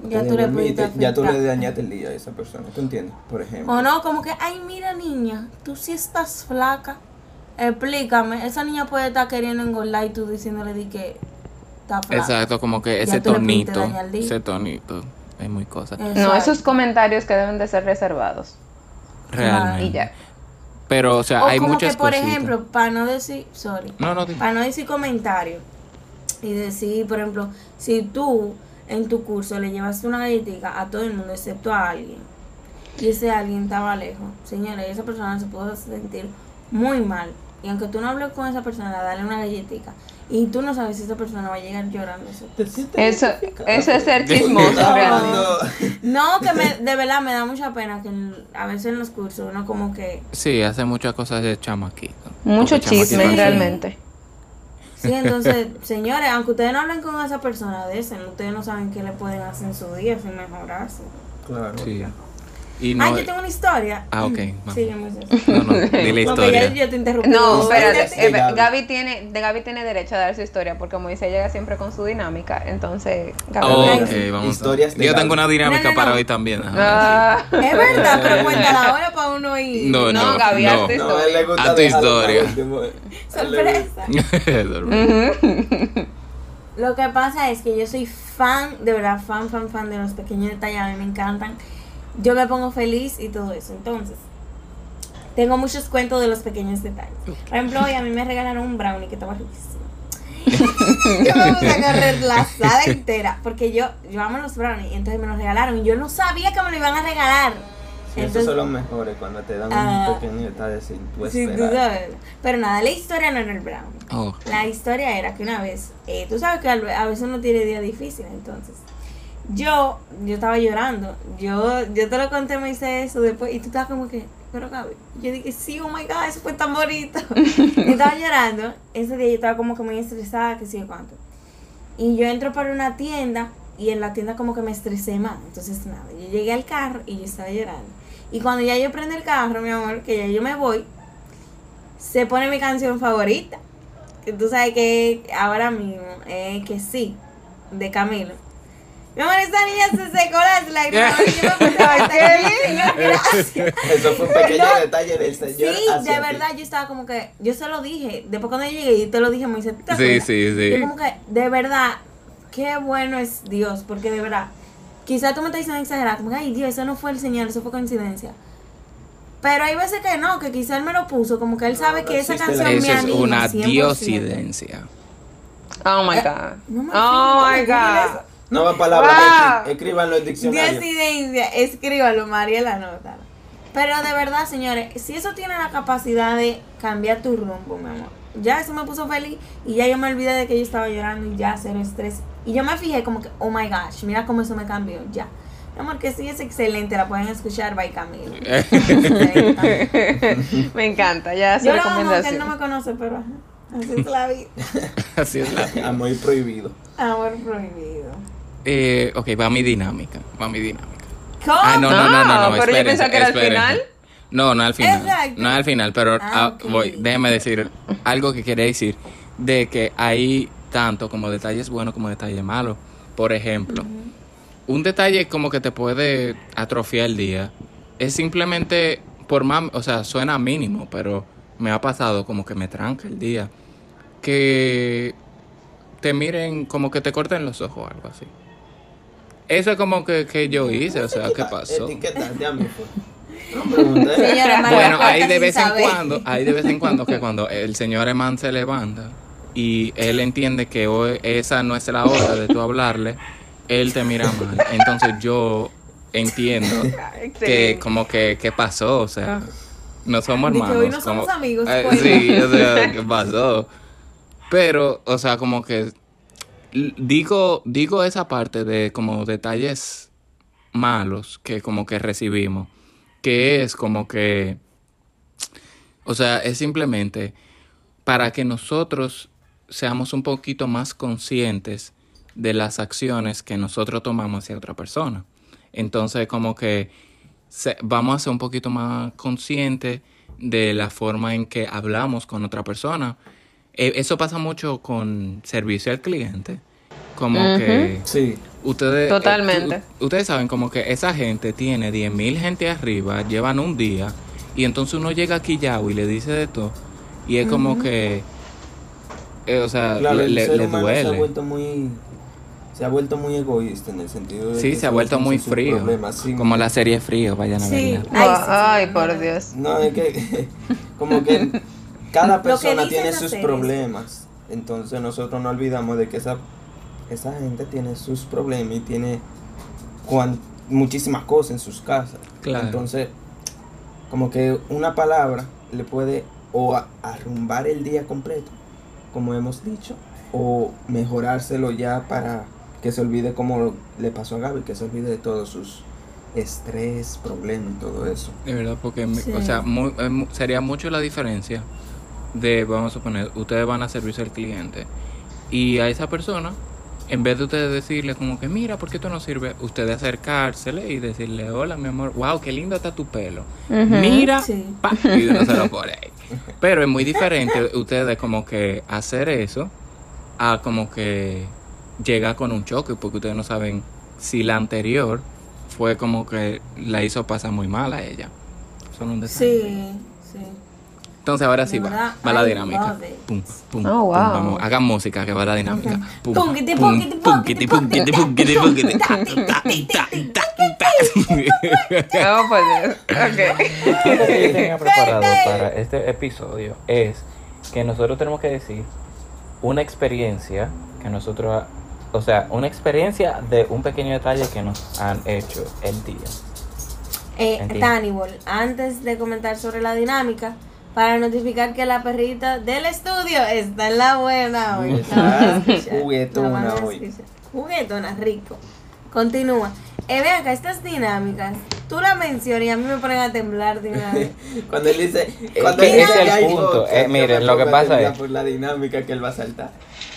[SPEAKER 2] Ya
[SPEAKER 4] te
[SPEAKER 2] tú le
[SPEAKER 4] dormiste,
[SPEAKER 2] pudiste
[SPEAKER 4] ya tú le
[SPEAKER 2] afectar.
[SPEAKER 4] dañaste el día a esa persona, ¿tú entiendes? Por ejemplo.
[SPEAKER 2] O no, como que, ay, mira niña, tú sí estás flaca. Explícame, esa niña puede estar queriendo engordar y tú diciéndole di que está flaca.
[SPEAKER 3] Exacto, como que
[SPEAKER 2] Ah. Ya
[SPEAKER 3] ese
[SPEAKER 2] tú le pudiste
[SPEAKER 3] tonito,
[SPEAKER 2] dañar el día.
[SPEAKER 3] ese tonito, es muy cosa.
[SPEAKER 2] Exacto.
[SPEAKER 5] No, esos comentarios que deben de ser reservados. Y
[SPEAKER 3] Realmente.
[SPEAKER 5] ya.
[SPEAKER 3] Pero, o sea,
[SPEAKER 2] ah, O
[SPEAKER 3] hay
[SPEAKER 2] como
[SPEAKER 3] muchas
[SPEAKER 2] que, por
[SPEAKER 3] cositas.
[SPEAKER 2] ejemplo, para no decir, sorry,
[SPEAKER 3] no, no, dime.
[SPEAKER 2] para no decir comentario y decir, por ejemplo, si tú en tu curso le llevas una crítica a todo el mundo excepto a alguien y ese alguien estaba lejos, señores, esa persona se puede sentir muy mal. Y aunque tú no hables con esa persona, dale una galletica. Y tú no sabes si esa persona va a llegar llorando. eso.
[SPEAKER 4] Te sientes
[SPEAKER 5] Eso,
[SPEAKER 4] identificado.
[SPEAKER 5] eso es ser
[SPEAKER 4] Estaba
[SPEAKER 5] chismoso, realmente.
[SPEAKER 4] hablando-
[SPEAKER 2] No, que me, de verdad me da mucha pena que en- a veces en los cursos uno como que
[SPEAKER 3] Sí, hace muchas cosas de chamaquito.
[SPEAKER 5] Mucho
[SPEAKER 3] Porque chamaquito
[SPEAKER 5] chisme,
[SPEAKER 2] sí.
[SPEAKER 3] hace-
[SPEAKER 5] realmente.
[SPEAKER 2] Sí, entonces, señores, aunque ustedes no hablen con esa persona de ese, ustedes no saben qué le pueden hacer en su día sin mejorarse.
[SPEAKER 4] Claro.
[SPEAKER 3] Sí. Y
[SPEAKER 2] ah,
[SPEAKER 3] no,
[SPEAKER 2] yo tengo una historia.
[SPEAKER 3] Ah, ok, vamos.
[SPEAKER 2] Sí, yo me sé.
[SPEAKER 3] no, no, di la
[SPEAKER 2] Porque ya
[SPEAKER 3] historia.
[SPEAKER 2] yo te interrumpí.
[SPEAKER 5] No,
[SPEAKER 4] No,
[SPEAKER 5] espérate.
[SPEAKER 4] es que
[SPEAKER 5] eh,
[SPEAKER 4] Gaby-
[SPEAKER 5] Gaby tiene, de Gaby tiene derecho a dar su historia porque Moisés llega siempre con su dinámica. Entonces, Gaby.
[SPEAKER 3] Ok,
[SPEAKER 2] Gaby.
[SPEAKER 3] vamos. a-
[SPEAKER 4] Historias de
[SPEAKER 3] Yo
[SPEAKER 4] Gaby.
[SPEAKER 3] tengo una dinámica
[SPEAKER 2] No, no,
[SPEAKER 3] para
[SPEAKER 2] no.
[SPEAKER 3] hoy también. ajá.
[SPEAKER 5] Ah,
[SPEAKER 2] Es verdad, pero cuéntala ahora para uno ir.
[SPEAKER 3] No,
[SPEAKER 5] No,
[SPEAKER 3] no,
[SPEAKER 5] Gaby,
[SPEAKER 3] no.
[SPEAKER 5] hazte-
[SPEAKER 4] No, a él le gusta
[SPEAKER 3] A tu
[SPEAKER 4] dejarlo para
[SPEAKER 3] historia.
[SPEAKER 4] último.
[SPEAKER 2] Sorpresa.
[SPEAKER 5] Mm.
[SPEAKER 2] Lo que pasa es que yo soy fan, de verdad, fan, fan, fan de los pequeños detalles, a mí me encantan. Yo me pongo feliz y todo eso. Entonces, tengo muchos cuentos de los pequeños detalles. Por ejemplo, hoy a mí me regalaron un brownie que estaba riquísimo. yo me puse a correr la sala entera porque yo, yo amo los brownies, entonces me los regalaron y yo no sabía que me lo iban a regalar.
[SPEAKER 4] Sí, esos son los mejores cuando te dan
[SPEAKER 2] Ah.
[SPEAKER 4] un pequeño detalle sin tú
[SPEAKER 2] Sí, tú
[SPEAKER 4] esperar.
[SPEAKER 2] sabes. Pero nada, la historia no era el brownie.
[SPEAKER 3] Oh,
[SPEAKER 2] La historia era que una vez, eh, tú sabes que al- a veces uno tiene días difíciles, entonces. Yo, yo estaba llorando. Yo, yo te lo conté, me hice eso después. Y tú estabas como que, pero Gaby. Yo dije, sí, oh my God, eso fue tan bonito. yo estaba llorando. Ese día yo estaba como que muy estresada, que sí, cuánto. Y yo entro para una tienda y en la tienda como que me estresé más. Entonces nada, yo llegué al carro y yo estaba llorando. Y cuando ya yo prendo el carro, mi amor, que ya yo me voy, se pone mi canción favorita. Que tú sabes que ahora mismo es que sí, de Camilo. Mi amor, esa niña se secó las lágrimas. y yo me puse a bailar. Gracias.
[SPEAKER 4] Eso fue un pequeño
[SPEAKER 2] No.
[SPEAKER 4] detalle del señor.
[SPEAKER 2] Sí, de
[SPEAKER 4] hacia ti.
[SPEAKER 2] verdad yo estaba como que, yo se lo dije, después cuando yo llegué y te lo dije, me dice, ¿tú te
[SPEAKER 3] sí,
[SPEAKER 2] acuerdas?
[SPEAKER 3] sí,
[SPEAKER 2] Yo
[SPEAKER 3] sí.
[SPEAKER 2] como que, de verdad, qué bueno es Dios, porque de verdad, quizá tú me estás diciendo exagerado, como que, ay Dios, eso no fue el Señor, eso fue coincidencia. Pero hay veces que no, que quizá Él me lo puso, como que Él sabe
[SPEAKER 4] no
[SPEAKER 2] que esa
[SPEAKER 4] existe la-
[SPEAKER 2] canción me
[SPEAKER 3] Esa es
[SPEAKER 2] anima.
[SPEAKER 3] una
[SPEAKER 2] 100%.
[SPEAKER 3] diosidencia.
[SPEAKER 5] Oh my God.
[SPEAKER 2] Eh, no me
[SPEAKER 5] Oh my
[SPEAKER 2] imagino cómo
[SPEAKER 5] God.
[SPEAKER 4] Nueva palabra.
[SPEAKER 5] Wow.
[SPEAKER 4] escri- Escríbanlo en el diccionario.
[SPEAKER 2] Diosidencia, escríbalo, María la nota. Pero de verdad, señores, si eso tiene la capacidad de cambiar tu rumbo, mi amor. Ya eso me puso feliz y ya yo me olvidé de que yo estaba llorando y ya cero estrés. Y yo me fijé como que, oh my gosh, mira cómo eso me cambió, ya. Mi amor, que sí es excelente, la pueden escuchar, by Camilo.
[SPEAKER 5] Me encanta, ya su
[SPEAKER 2] yo lo amo, aunque él no
[SPEAKER 5] recomendación.
[SPEAKER 2] me conoce, pero ajá, así es la vida.
[SPEAKER 3] Así es la vida.
[SPEAKER 4] Amor Ah, prohibido.
[SPEAKER 2] Amor prohibido.
[SPEAKER 3] Eh, ok, va mi dinámica. Va mi dinámica.
[SPEAKER 2] ¿Cómo?
[SPEAKER 3] Ah, no, no, no, no, no.
[SPEAKER 5] pero yo
[SPEAKER 3] espérense,
[SPEAKER 5] pensaba que era al
[SPEAKER 3] espérense.
[SPEAKER 5] final.
[SPEAKER 3] No, no al final.
[SPEAKER 2] Exacto.
[SPEAKER 3] No al final, pero
[SPEAKER 2] Ah,
[SPEAKER 3] ah,
[SPEAKER 2] ok.
[SPEAKER 3] voy, déjeme decir algo que quería decir de que hay tanto como detalles buenos como detalles malos. Por ejemplo, un detalle como que te puede atrofiar el día es simplemente por más, o sea, suena mínimo, pero me ha pasado como que me tranca el día que te miren como que te corten los ojos o algo así. Eso es como que, que yo hice, o sea, ¿qué pasó?
[SPEAKER 4] Etiquetate a mí, pues. No pregunté.
[SPEAKER 2] Señora, María
[SPEAKER 3] Bueno,
[SPEAKER 2] Corta
[SPEAKER 3] hay de
[SPEAKER 2] sin
[SPEAKER 3] vez en
[SPEAKER 2] saber.
[SPEAKER 3] cuando, hay de vez en cuando que cuando el señor Eman se levanta y él entiende que hoy esa no es la hora de tú hablarle, él te mira mal. Entonces yo entiendo que
[SPEAKER 5] Ah, Excelente.
[SPEAKER 3] como que qué pasó, o sea, no somos
[SPEAKER 2] Ah. De que hoy
[SPEAKER 3] hermanos.
[SPEAKER 2] no somos
[SPEAKER 3] como-
[SPEAKER 2] amigos,
[SPEAKER 3] Eh,
[SPEAKER 2] pues.
[SPEAKER 3] sí, o sea, qué pasó. Pero, o sea, como que l- digo digo esa parte de como detalles malos que como que recibimos, que es como que, o sea, es simplemente para que nosotros seamos un poquito más conscientes de las acciones que nosotros tomamos hacia otra persona. Entonces, como que se- vamos a ser un poquito más conscientes de la forma en que hablamos con otra persona. Eh, eso pasa mucho con servicio al cliente. Como que
[SPEAKER 4] Sí,
[SPEAKER 3] ustedes... eh,
[SPEAKER 5] Totalmente.
[SPEAKER 3] tú- ustedes saben como que esa gente tiene 10.000 gente arriba, llevan un día, y entonces uno llega aquí ya y le dice de todo, y es como que... eh, o sea,
[SPEAKER 4] claro,
[SPEAKER 3] le,
[SPEAKER 4] el
[SPEAKER 3] le-
[SPEAKER 4] ser
[SPEAKER 3] le
[SPEAKER 4] humano se ha
[SPEAKER 3] duele.
[SPEAKER 4] vuelto muy se ha vuelto muy egoísta en el sentido de
[SPEAKER 3] Sí,
[SPEAKER 4] que
[SPEAKER 3] se ha vuelto
[SPEAKER 4] solo
[SPEAKER 3] muy
[SPEAKER 4] piensa en sus
[SPEAKER 3] frío.
[SPEAKER 4] problemas, sí.
[SPEAKER 3] Como la serie Frío, vayan a
[SPEAKER 2] Sí.
[SPEAKER 3] verla.
[SPEAKER 2] Ay, sí,
[SPEAKER 5] Ay,
[SPEAKER 2] sí, sí,
[SPEAKER 5] por
[SPEAKER 2] no.
[SPEAKER 5] Dios.
[SPEAKER 4] No, es que como que cada
[SPEAKER 2] Lo que
[SPEAKER 4] persona
[SPEAKER 2] dicen
[SPEAKER 4] tiene
[SPEAKER 2] las
[SPEAKER 4] sus
[SPEAKER 2] series.
[SPEAKER 4] problemas. Entonces nosotros no olvidamos de que esa, esa gente tiene sus problemas y tiene cuan- muchísimas cosas en sus casas.
[SPEAKER 3] Claro.
[SPEAKER 4] Entonces, como que una palabra le puede o a- arrumbar el día completo, como hemos dicho, o mejorárselo ya para que se olvide como le pasó a Gaby, que se olvide de todos sus estrés, problemas y todo eso.
[SPEAKER 3] De verdad, porque me-
[SPEAKER 2] Sí.
[SPEAKER 3] o sea, mu- eh, mu- sería mucho la diferencia de, vamos a suponer, ustedes van a servirse al cliente y a esa persona, en vez de ustedes decirle como que, mira, ¿por qué esto no sirve? Ustedes acercársele y decirle, hola, mi amor, wow, qué lindo está tu pelo. Mira,
[SPEAKER 2] Sí.
[SPEAKER 3] pa", y uno se lo pone ahí. Pero es muy diferente ustedes como que hacer eso a como que llega con un choque, porque ustedes no saben si la anterior fue como que la hizo pasar muy mal a ella. Son un desastre.
[SPEAKER 2] Sí, sí.
[SPEAKER 3] Entonces ahora sí
[SPEAKER 2] De verdad,
[SPEAKER 3] va, va la
[SPEAKER 2] I
[SPEAKER 3] dinámica.
[SPEAKER 2] love it.
[SPEAKER 3] Pum, pum,
[SPEAKER 5] Oh,
[SPEAKER 3] pum,
[SPEAKER 5] wow.
[SPEAKER 3] vamos, hagan música que va la dinámica. Pum,
[SPEAKER 2] Punquiti,
[SPEAKER 3] pum,
[SPEAKER 2] punquiti, punquiti,
[SPEAKER 3] punquiti, punquiti, punquiti, punquiti, ta, ta, ta, ta, ta.
[SPEAKER 5] Oh, por Dios. Ok.
[SPEAKER 6] Lo que Ah, yo tenía preparado para este episodio es que nosotros tenemos que decir una experiencia que nosotros, ha- o sea, una experiencia de un pequeño detalle que nos han hecho el día.
[SPEAKER 2] Eh,
[SPEAKER 6] Entiendo.
[SPEAKER 2] Tannibal, antes de comentar sobre la dinámica, para notificar que la perrita del estudio está en la buena hoy.
[SPEAKER 4] Está
[SPEAKER 2] La van a escuchar.
[SPEAKER 4] juguetona
[SPEAKER 2] La van a
[SPEAKER 4] hoy.
[SPEAKER 2] escuchar. Juguetona, rico. Continúa. Eh, ven acá, estas dinámicas, tú la mencionas y a mí me ponen a temblar de una vez.
[SPEAKER 4] Cuando él dice, cuando
[SPEAKER 6] que
[SPEAKER 4] él
[SPEAKER 6] ese
[SPEAKER 4] dice
[SPEAKER 6] es el
[SPEAKER 4] "Ay,
[SPEAKER 6] punto".
[SPEAKER 4] otra",
[SPEAKER 6] Eh,
[SPEAKER 4] yo
[SPEAKER 6] miren,
[SPEAKER 4] me
[SPEAKER 6] lo que
[SPEAKER 4] pongo a
[SPEAKER 6] pasa
[SPEAKER 4] temblar
[SPEAKER 6] es-
[SPEAKER 4] por la dinámica que él va a saltar.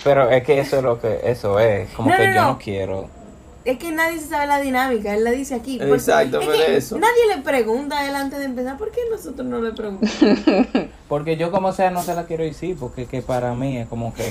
[SPEAKER 6] Pero es que eso es lo que, eso es, como
[SPEAKER 2] No,
[SPEAKER 6] que
[SPEAKER 2] no,
[SPEAKER 6] yo
[SPEAKER 2] no.
[SPEAKER 6] no quiero.
[SPEAKER 2] Es que nadie se sabe la dinámica, él la dice aquí. porque-
[SPEAKER 4] Exacto,
[SPEAKER 2] es
[SPEAKER 4] por
[SPEAKER 2] que
[SPEAKER 4] eso.
[SPEAKER 2] Nadie le pregunta a él antes de empezar, ¿por qué nosotros no le preguntamos?
[SPEAKER 6] Porque yo como sea no se la quiero decir, porque que para mí es como que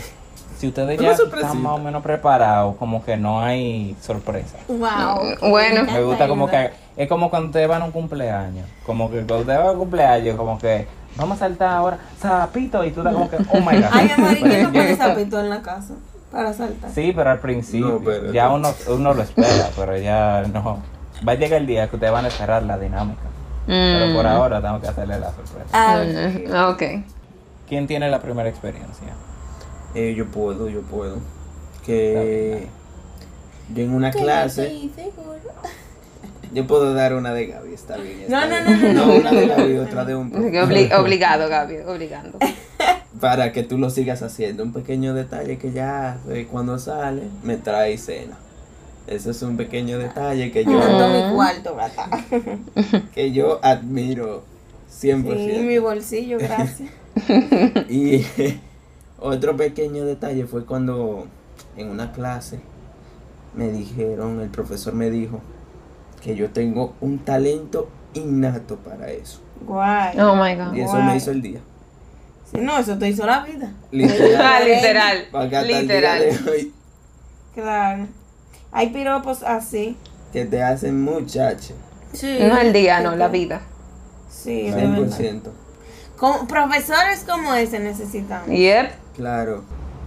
[SPEAKER 6] si ustedes
[SPEAKER 4] Una
[SPEAKER 6] ya
[SPEAKER 4] sorpresita.
[SPEAKER 6] están más o menos preparados, como que no hay sorpresa.
[SPEAKER 2] wow.
[SPEAKER 5] Bueno.
[SPEAKER 6] Me gusta como que es como cuando ustedes van a un cumpleaños, como que cuando ustedes van a un cumpleaños, como que vamos a saltar ahora zapito y tú estás como que oh my god.
[SPEAKER 2] Ay, amor, ¿y quién no pone zapito en la casa para saltar?
[SPEAKER 6] Sí, pero al principio
[SPEAKER 4] No, pero-
[SPEAKER 6] ya uno uno lo espera, pero ya no. Va a llegar el día que ustedes van a cerrar la dinámica. Pero
[SPEAKER 2] Mm.
[SPEAKER 6] por ahora tengo que hacerle la sorpresa.
[SPEAKER 2] Ah,
[SPEAKER 5] Mm, Ok.
[SPEAKER 6] ¿Quién tiene la primera experiencia?
[SPEAKER 4] Eh, yo puedo, yo puedo. Que yo en una
[SPEAKER 2] Ah,
[SPEAKER 4] clase, yo puedo dar una de Gaby, está bien.
[SPEAKER 2] No,
[SPEAKER 4] está
[SPEAKER 2] no,
[SPEAKER 4] bien.
[SPEAKER 2] no, no, no,
[SPEAKER 4] una de Gaby, otra de un
[SPEAKER 5] Así que obli- obligado, Gaby, obligando.
[SPEAKER 4] para que tú lo sigas haciendo. Un pequeño detalle que ya eh, cuando sale me trae cena. Ese es un
[SPEAKER 2] Ah.
[SPEAKER 4] pequeño detalle que yo,
[SPEAKER 2] tanto mi cuarto, gata.
[SPEAKER 4] que yo admiro 100%.
[SPEAKER 2] Sí, mi bolsillo, gracias.
[SPEAKER 4] Y otro pequeño detalle fue cuando en una clase me dijeron, el profesor me dijo que yo tengo un talento innato para eso.
[SPEAKER 2] Guay.
[SPEAKER 5] Oh my god.
[SPEAKER 4] Y eso me
[SPEAKER 2] Guay.
[SPEAKER 4] hizo el día.
[SPEAKER 2] Sí, no, eso te hizo la vida.
[SPEAKER 5] Ah,
[SPEAKER 4] Literal.
[SPEAKER 5] literal.
[SPEAKER 4] Porque hasta el día
[SPEAKER 5] Literal.
[SPEAKER 4] de hoy
[SPEAKER 2] Claro. Hay piropos así.
[SPEAKER 4] que te hacen muchacho.
[SPEAKER 2] Sí. Este,
[SPEAKER 5] No el día, no, la vida.
[SPEAKER 2] Sí, de verdad.
[SPEAKER 4] 100%.
[SPEAKER 2] Como- profesores como ese necesitamos.
[SPEAKER 5] Yep.
[SPEAKER 4] Claro.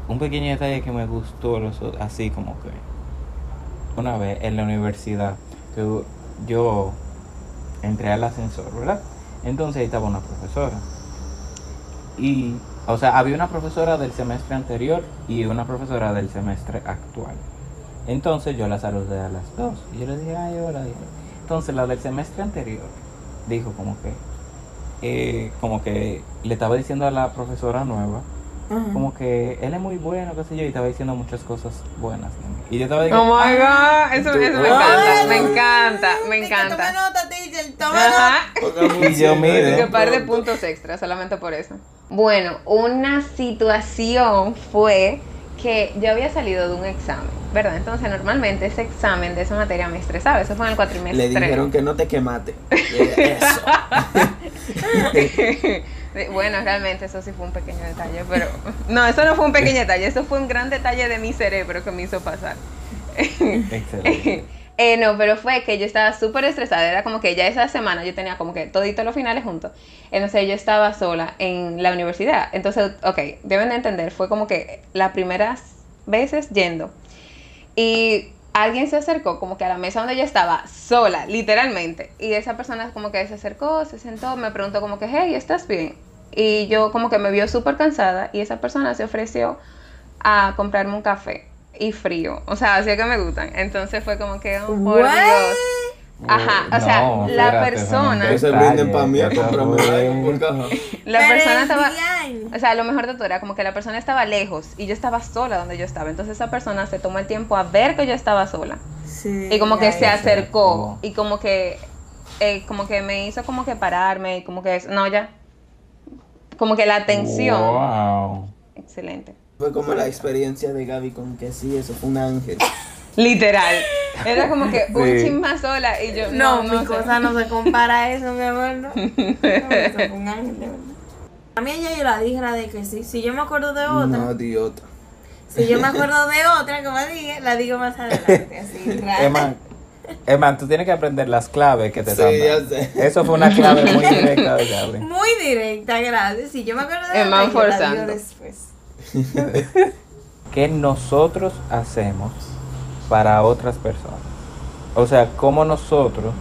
[SPEAKER 6] Un pequeño detalle que me gustó, los o- así como que una vez en la universidad, que hu- yo entré al ascensor, ¿verdad? Entonces ahí estaba una profesora. Y, o sea, había una profesora del semestre anterior y una profesora del semestre actual. Entonces yo la saludé a las dos. Y yo le dije, ay, hola. y- Entonces la del semestre anterior dijo como que, eh, como que le estaba diciendo a la profesora nueva
[SPEAKER 2] Ajá.
[SPEAKER 6] como que él es muy bueno, qué sé yo, y estaba diciendo muchas cosas buenas. de mí. Y yo estaba
[SPEAKER 5] Oh
[SPEAKER 6] diciendo,
[SPEAKER 5] my god. Eso, eso me
[SPEAKER 2] Ay,
[SPEAKER 5] encanta, me encanta, me
[SPEAKER 2] Dice, Toma
[SPEAKER 5] encanta.
[SPEAKER 2] nota, teacher, toma nota.
[SPEAKER 5] Ajá.
[SPEAKER 6] Y yo, mire.
[SPEAKER 5] Que par de puntos extra, solamente por eso. Bueno, una situación fue que yo había salido de un examen ¿verdad? Entonces, normalmente ese examen de esa materia me estresaba. Eso fue en el
[SPEAKER 4] Le
[SPEAKER 5] cuatrimestre.
[SPEAKER 4] dijeron que no te quemaste. Eso.
[SPEAKER 5] De- bueno, realmente eso sí fue un pequeño detalle, pero no, eso no fue un pequeño detalle, eso fue un gran detalle de mi cerebro que me hizo pasar.
[SPEAKER 6] Excelente.
[SPEAKER 5] Eh, no, pero fue que yo estaba súper estresada, era como que ya esa semana yo tenía como que todito los finales juntos, entonces yo estaba sola en la universidad, entonces, ok, deben de entender, fue como que las primeras veces yendo y alguien se acercó como que a la mesa donde yo estaba sola, literalmente, y esa persona como que se acercó, se sentó, me preguntó como que, hey, ¿estás bien? Y yo como que me vio súper cansada y esa persona se ofreció a comprarme un café y frío, o sea, así es que me gustan, entonces fue como que, oh, por
[SPEAKER 2] What?
[SPEAKER 5] Dios. Ajá, o sea,
[SPEAKER 6] No,
[SPEAKER 5] la
[SPEAKER 6] espérate,
[SPEAKER 5] persona,
[SPEAKER 4] Que
[SPEAKER 6] Fernando.
[SPEAKER 4] se brinden para mí a
[SPEAKER 6] Ay,
[SPEAKER 4] comprarme
[SPEAKER 6] ay.
[SPEAKER 4] algo por caja.
[SPEAKER 5] la
[SPEAKER 2] Pero
[SPEAKER 5] persona
[SPEAKER 2] es
[SPEAKER 5] estaba...
[SPEAKER 2] bien.
[SPEAKER 5] O sea, lo mejor de todo era como que la persona estaba lejos y yo estaba sola donde yo estaba. Entonces esa persona se tomó el tiempo a ver que yo estaba sola.
[SPEAKER 2] Sí,
[SPEAKER 5] Y como que
[SPEAKER 2] ay.
[SPEAKER 5] se acercó
[SPEAKER 6] acercó.
[SPEAKER 5] y como que eh, como que me hizo como que pararme y como que es- no ya. Como que la atención.
[SPEAKER 6] Wow.
[SPEAKER 5] Excelente.
[SPEAKER 4] Fue como la experiencia de Gaby con que sí, eso fue un ángel.
[SPEAKER 5] Literal. Era como que un
[SPEAKER 6] Sí.
[SPEAKER 5] chin más sola y yo
[SPEAKER 2] No,
[SPEAKER 5] no,
[SPEAKER 2] mi
[SPEAKER 5] sé.
[SPEAKER 2] cosa no se compara a eso, mi amor, no. No, eso fue un ángel, de verdad. A mí ella yo la dije la de que sí. Si yo me acuerdo de otra,
[SPEAKER 4] No, idiota.
[SPEAKER 2] si yo me acuerdo de otra, como dije, la digo más adelante, así, rara.
[SPEAKER 6] Emma, Emma, tú tienes que aprender las claves que te
[SPEAKER 4] Sí, ya
[SPEAKER 6] dan.
[SPEAKER 4] sé.
[SPEAKER 6] Eso fue una clave muy directa de Gaby.
[SPEAKER 2] Muy directa, gracias. Si yo me acuerdo de otra,
[SPEAKER 5] Emma
[SPEAKER 2] yo la digo
[SPEAKER 5] forzando.
[SPEAKER 2] después.
[SPEAKER 6] ¿Qué nosotros hacemos para otras personas? O sea, cómo nosotros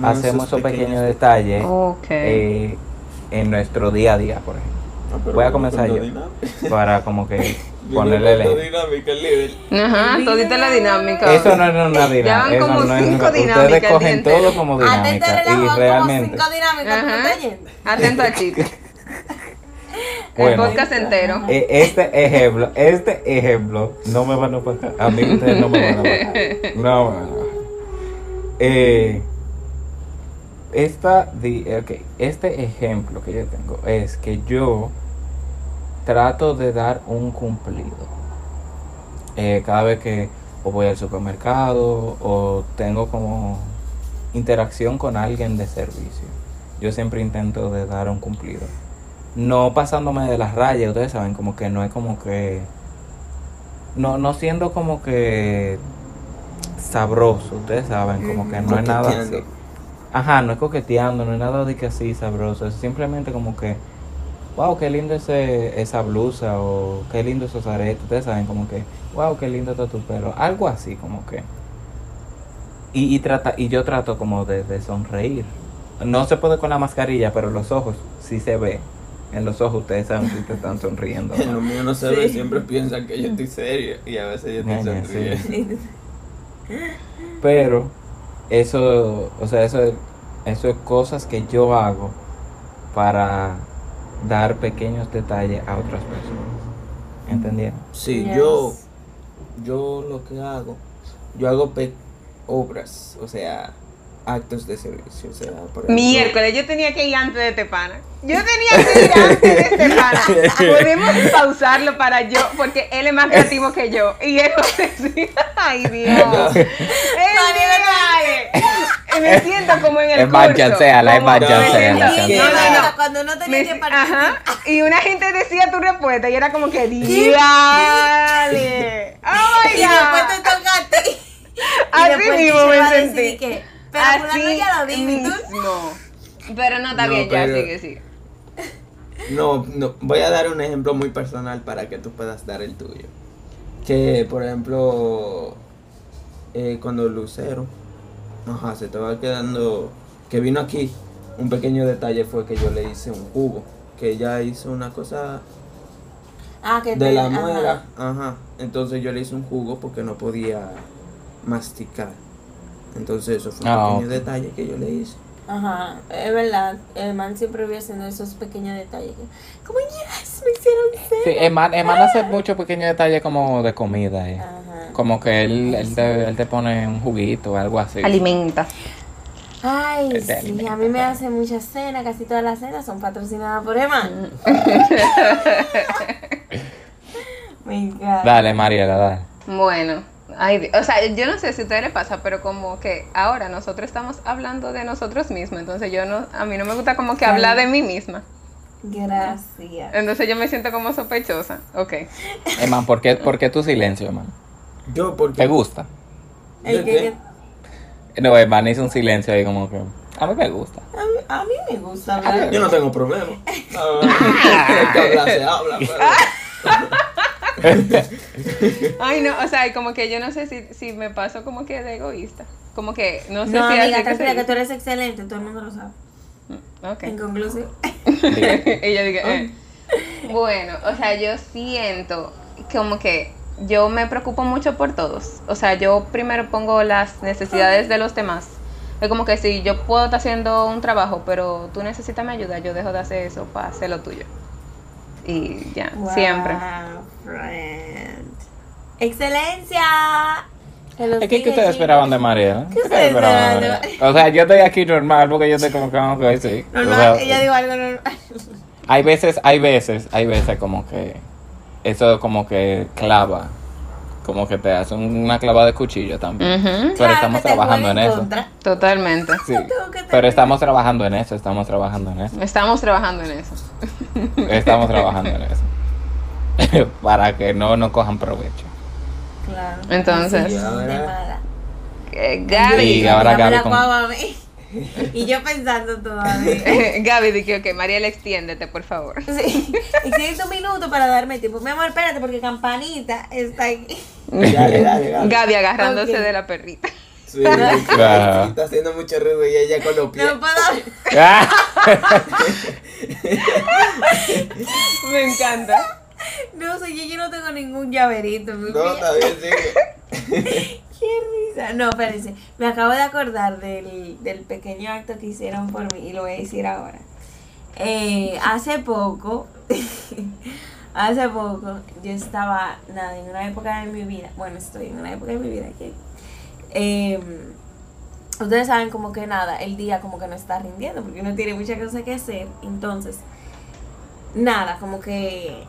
[SPEAKER 4] Le
[SPEAKER 6] hacemos esos pequeños detalles
[SPEAKER 5] Ok.
[SPEAKER 6] eh, en nuestro día a día, por ejemplo.
[SPEAKER 4] Ah, pero
[SPEAKER 6] Voy a
[SPEAKER 4] bueno,
[SPEAKER 6] comenzar
[SPEAKER 4] cuando
[SPEAKER 6] yo.
[SPEAKER 4] dinámica-
[SPEAKER 6] Para como que ponerle
[SPEAKER 4] cuando
[SPEAKER 6] el...
[SPEAKER 4] dinámica el líder.
[SPEAKER 5] Ajá, todita la dinámica.
[SPEAKER 6] Eso no es una dinámica.
[SPEAKER 5] van
[SPEAKER 6] eso
[SPEAKER 5] como
[SPEAKER 6] no es
[SPEAKER 5] cinco
[SPEAKER 6] una-
[SPEAKER 5] dinámicas el
[SPEAKER 6] Ustedes
[SPEAKER 5] día
[SPEAKER 6] cogen
[SPEAKER 5] entero.
[SPEAKER 6] todo como
[SPEAKER 2] Antes Ah, te
[SPEAKER 6] dinámica. Y
[SPEAKER 2] relajaban
[SPEAKER 6] realmente.
[SPEAKER 2] como cinco dinámicas, ¿tú me
[SPEAKER 5] Ajá.
[SPEAKER 2] estás oyendo?
[SPEAKER 5] Atento a chiste.
[SPEAKER 6] Bueno.
[SPEAKER 5] El podcast entero.
[SPEAKER 6] eh, Este ejemplo, este ejemplo, no me van a pagar. A mí ustedes no me van a pagar. No me van a pagar. Eh, esta, di- eh, ok, este ejemplo que yo tengo es que yo trato de dar un cumplido. Eh, cada vez que o voy al supermercado o tengo como interacción con alguien de servicio, yo siempre intento de dar un cumplido. No pasándome de las rayas, ustedes saben, como que no es como que... No, no siendo como que sabroso, ustedes saben, como que no es nada así.
[SPEAKER 4] Coqueteando.
[SPEAKER 6] Ajá, no es coqueteando, no es nada de que así sabroso, es simplemente como que, wow, qué lindo ese, esa blusa o qué lindo esos aretes, ustedes saben como que, wow, qué lindo está tu pelo, algo así como que. Y, y, trata, y yo trato como de, de sonreír. No se puede con la mascarilla, pero los ojos sí se ve. En los ojos ustedes saben si te están sonriendo.
[SPEAKER 4] En
[SPEAKER 6] ¿no?
[SPEAKER 4] lo mío no se ve, siempre piensan que yo estoy serio y a veces yo estoy
[SPEAKER 6] Ñaña, sí.
[SPEAKER 4] sonriendo.
[SPEAKER 6] Pero eso, o sea, eso, eso es cosas que yo hago para dar pequeños detalles a otras personas. ¿Entendieron?
[SPEAKER 4] Sí,
[SPEAKER 2] Yes.
[SPEAKER 4] yo, yo lo que hago, yo hago pe- obras, o sea, actos de servicio, o sea, por ejemplo,
[SPEAKER 5] Miércoles, yo tenía que ir antes de Tepana. Yo tenía que ir antes de Tepana. Podemos pausarlo para yo, porque él es más creativo que yo. Y él Ay, Dios. Él me- me siento como en el
[SPEAKER 6] Es
[SPEAKER 5] curso.
[SPEAKER 6] bachancéala, es
[SPEAKER 5] como- me
[SPEAKER 6] bachancéala.
[SPEAKER 5] siento-
[SPEAKER 4] Sí,
[SPEAKER 5] No, no, no.
[SPEAKER 2] Cuando no tenía
[SPEAKER 5] Me-
[SPEAKER 2] que
[SPEAKER 5] ajá.
[SPEAKER 2] participar.
[SPEAKER 5] Y una gente decía tu respuesta y era como que dale. Oh my
[SPEAKER 2] Y después te
[SPEAKER 5] God.
[SPEAKER 2] toca a ti. Y
[SPEAKER 5] Así
[SPEAKER 2] después
[SPEAKER 5] mismo
[SPEAKER 2] Chicho
[SPEAKER 5] me
[SPEAKER 2] va a
[SPEAKER 5] sentí.
[SPEAKER 2] decir que, pero fulano ya lo dijo, y tú,
[SPEAKER 5] mismo. Pero no, está
[SPEAKER 4] No,
[SPEAKER 5] bien,
[SPEAKER 4] pero-
[SPEAKER 5] ya, sigue, sigue.
[SPEAKER 4] No, no, voy a dar un ejemplo muy personal para que tú puedas dar el tuyo. Que, por ejemplo, eh, cuando Lucero, ajá, se estaba quedando, que vino aquí, un pequeño detalle fue que yo le hice un jugo, que ella hizo una cosa
[SPEAKER 2] Ah, que
[SPEAKER 4] de
[SPEAKER 2] te-
[SPEAKER 4] la
[SPEAKER 2] ajá.
[SPEAKER 4] muela, ajá, entonces yo le hice un jugo porque no podía masticar. Entonces eso fue un
[SPEAKER 6] Ah,
[SPEAKER 4] pequeño
[SPEAKER 6] ok.
[SPEAKER 4] detalle que yo le hice.
[SPEAKER 2] Ajá, es verdad. El man siempre vive haciendo esos pequeños detalles. que, Como, yes, me hicieron ser.
[SPEAKER 6] Sí, Eman, Eman hace muchos pequeños detalles como de comida. eh.
[SPEAKER 2] Ajá.
[SPEAKER 6] Como que él, él, te, él te pone un juguito o algo así.
[SPEAKER 5] Alimenta.
[SPEAKER 2] Ay,
[SPEAKER 6] Te
[SPEAKER 2] sí,
[SPEAKER 6] alimenta.
[SPEAKER 2] a mí me hace muchas cenas, casi todas las cenas son patrocinadas por Emma.
[SPEAKER 4] Mm.
[SPEAKER 2] me encanta.
[SPEAKER 6] Dale, Mariela, dale.
[SPEAKER 5] Bueno, ay, di- o sea, yo no sé si a ustedes les pasa, pero como que ahora nosotros estamos hablando de nosotros mismos, entonces yo no, a mí no me gusta como que
[SPEAKER 2] Claro.
[SPEAKER 5] hablar de mí misma,
[SPEAKER 2] Gracias.
[SPEAKER 5] entonces yo me siento como sospechosa, ok.
[SPEAKER 6] Eman, Eh, ¿por qué, por qué tu silencio, Eman?
[SPEAKER 4] Yo porque...
[SPEAKER 6] ¿Te gusta?
[SPEAKER 2] El
[SPEAKER 4] ¿De
[SPEAKER 2] que
[SPEAKER 4] qué?
[SPEAKER 6] No, Eman hizo un silencio ahí como que... A mí me gusta.
[SPEAKER 2] yo- a, mí, a mí me gusta hablar.
[SPEAKER 4] Ah, Yo no tengo problema. Ah, que habla, se habla, pero-
[SPEAKER 5] Ay, no, o sea, y como que yo no sé si, si me paso como que de egoísta, como que no sé
[SPEAKER 2] No,
[SPEAKER 5] si
[SPEAKER 2] amiga,
[SPEAKER 5] así
[SPEAKER 2] tranquila,
[SPEAKER 5] se
[SPEAKER 2] que tú eres excelente, todo el mundo lo sabe.
[SPEAKER 5] Ok.
[SPEAKER 2] En conclusión,
[SPEAKER 5] y yo dije, eh. bueno, o sea, yo siento como que yo me preocupo mucho por todos. O sea, yo primero pongo las necesidades de los demás. Es como que si yo puedo estar haciendo un trabajo, pero tú necesitas mi ayuda, yo dejo de hacer eso para hacer lo tuyo. Y ya,
[SPEAKER 2] Wow,
[SPEAKER 5] siempre.
[SPEAKER 2] friend. ¡Excelencia! Se los
[SPEAKER 6] Es que, ¿qué
[SPEAKER 2] dije,
[SPEAKER 6] ustedes
[SPEAKER 2] chicos.
[SPEAKER 6] esperaban de María? ¿Qué
[SPEAKER 2] ustedes
[SPEAKER 6] esperaban de
[SPEAKER 2] esperaban de
[SPEAKER 6] María? O sea, yo estoy aquí normal porque yo estoy como que vamos a sí. O sea,
[SPEAKER 2] Normal, ella dijo algo normal.
[SPEAKER 6] Hay veces, hay veces, hay veces como que eso como que clava. Como que te hace una clava de cuchillo
[SPEAKER 2] Mm.
[SPEAKER 6] también.
[SPEAKER 5] Ujú,
[SPEAKER 6] Pero
[SPEAKER 2] Claro
[SPEAKER 6] estamos
[SPEAKER 2] que te
[SPEAKER 6] trabajando en
[SPEAKER 2] juega
[SPEAKER 6] eso.
[SPEAKER 2] contra.
[SPEAKER 5] Totalmente.
[SPEAKER 6] Sí.
[SPEAKER 2] Tengo que
[SPEAKER 6] Pero
[SPEAKER 2] tener-
[SPEAKER 6] estamos trabajando en eso, estamos trabajando en eso.
[SPEAKER 5] Estamos trabajando en eso.
[SPEAKER 6] Estamos trabajando en eso. Para que no nos cojan provecho.
[SPEAKER 2] Claro.
[SPEAKER 5] Entonces.
[SPEAKER 2] Sí,
[SPEAKER 4] ahora-
[SPEAKER 2] de mala.
[SPEAKER 5] Eh,
[SPEAKER 6] Y
[SPEAKER 5] Gaby.
[SPEAKER 6] ahora
[SPEAKER 2] Dame
[SPEAKER 6] Gaby
[SPEAKER 2] la
[SPEAKER 6] con-
[SPEAKER 2] guava a mí. Y yo pensando todavía.
[SPEAKER 5] Gaby dije, ok, Mariela, extiéndete, por favor.
[SPEAKER 2] Sí. Existe un minuto para darme tiempo. Mi amor, espérate porque campanita está aquí.
[SPEAKER 4] Dale, dale, dale.
[SPEAKER 5] Gaby agarrándose
[SPEAKER 2] Ok.
[SPEAKER 5] de la perrita.
[SPEAKER 4] Sí, está haciendo mucho ruido y ella con los pies.
[SPEAKER 2] No puedo.
[SPEAKER 5] Me encanta.
[SPEAKER 2] No sé, yo, yo no tengo ningún llaverito. mi
[SPEAKER 4] No,
[SPEAKER 2] vida.
[SPEAKER 4] está bien, sigue.
[SPEAKER 2] Qué risa. No, espérense. Me acabo de acordar del, del pequeño acto que hicieron por mí y lo voy a decir ahora. Eh, hace poco, hace poco, yo estaba nada, en una época de mi vida. Bueno, estoy en una época de mi vida que. em, ustedes saben como que nada, el día como que no está rindiendo porque uno tiene muchas cosas que hacer. Entonces, nada, como que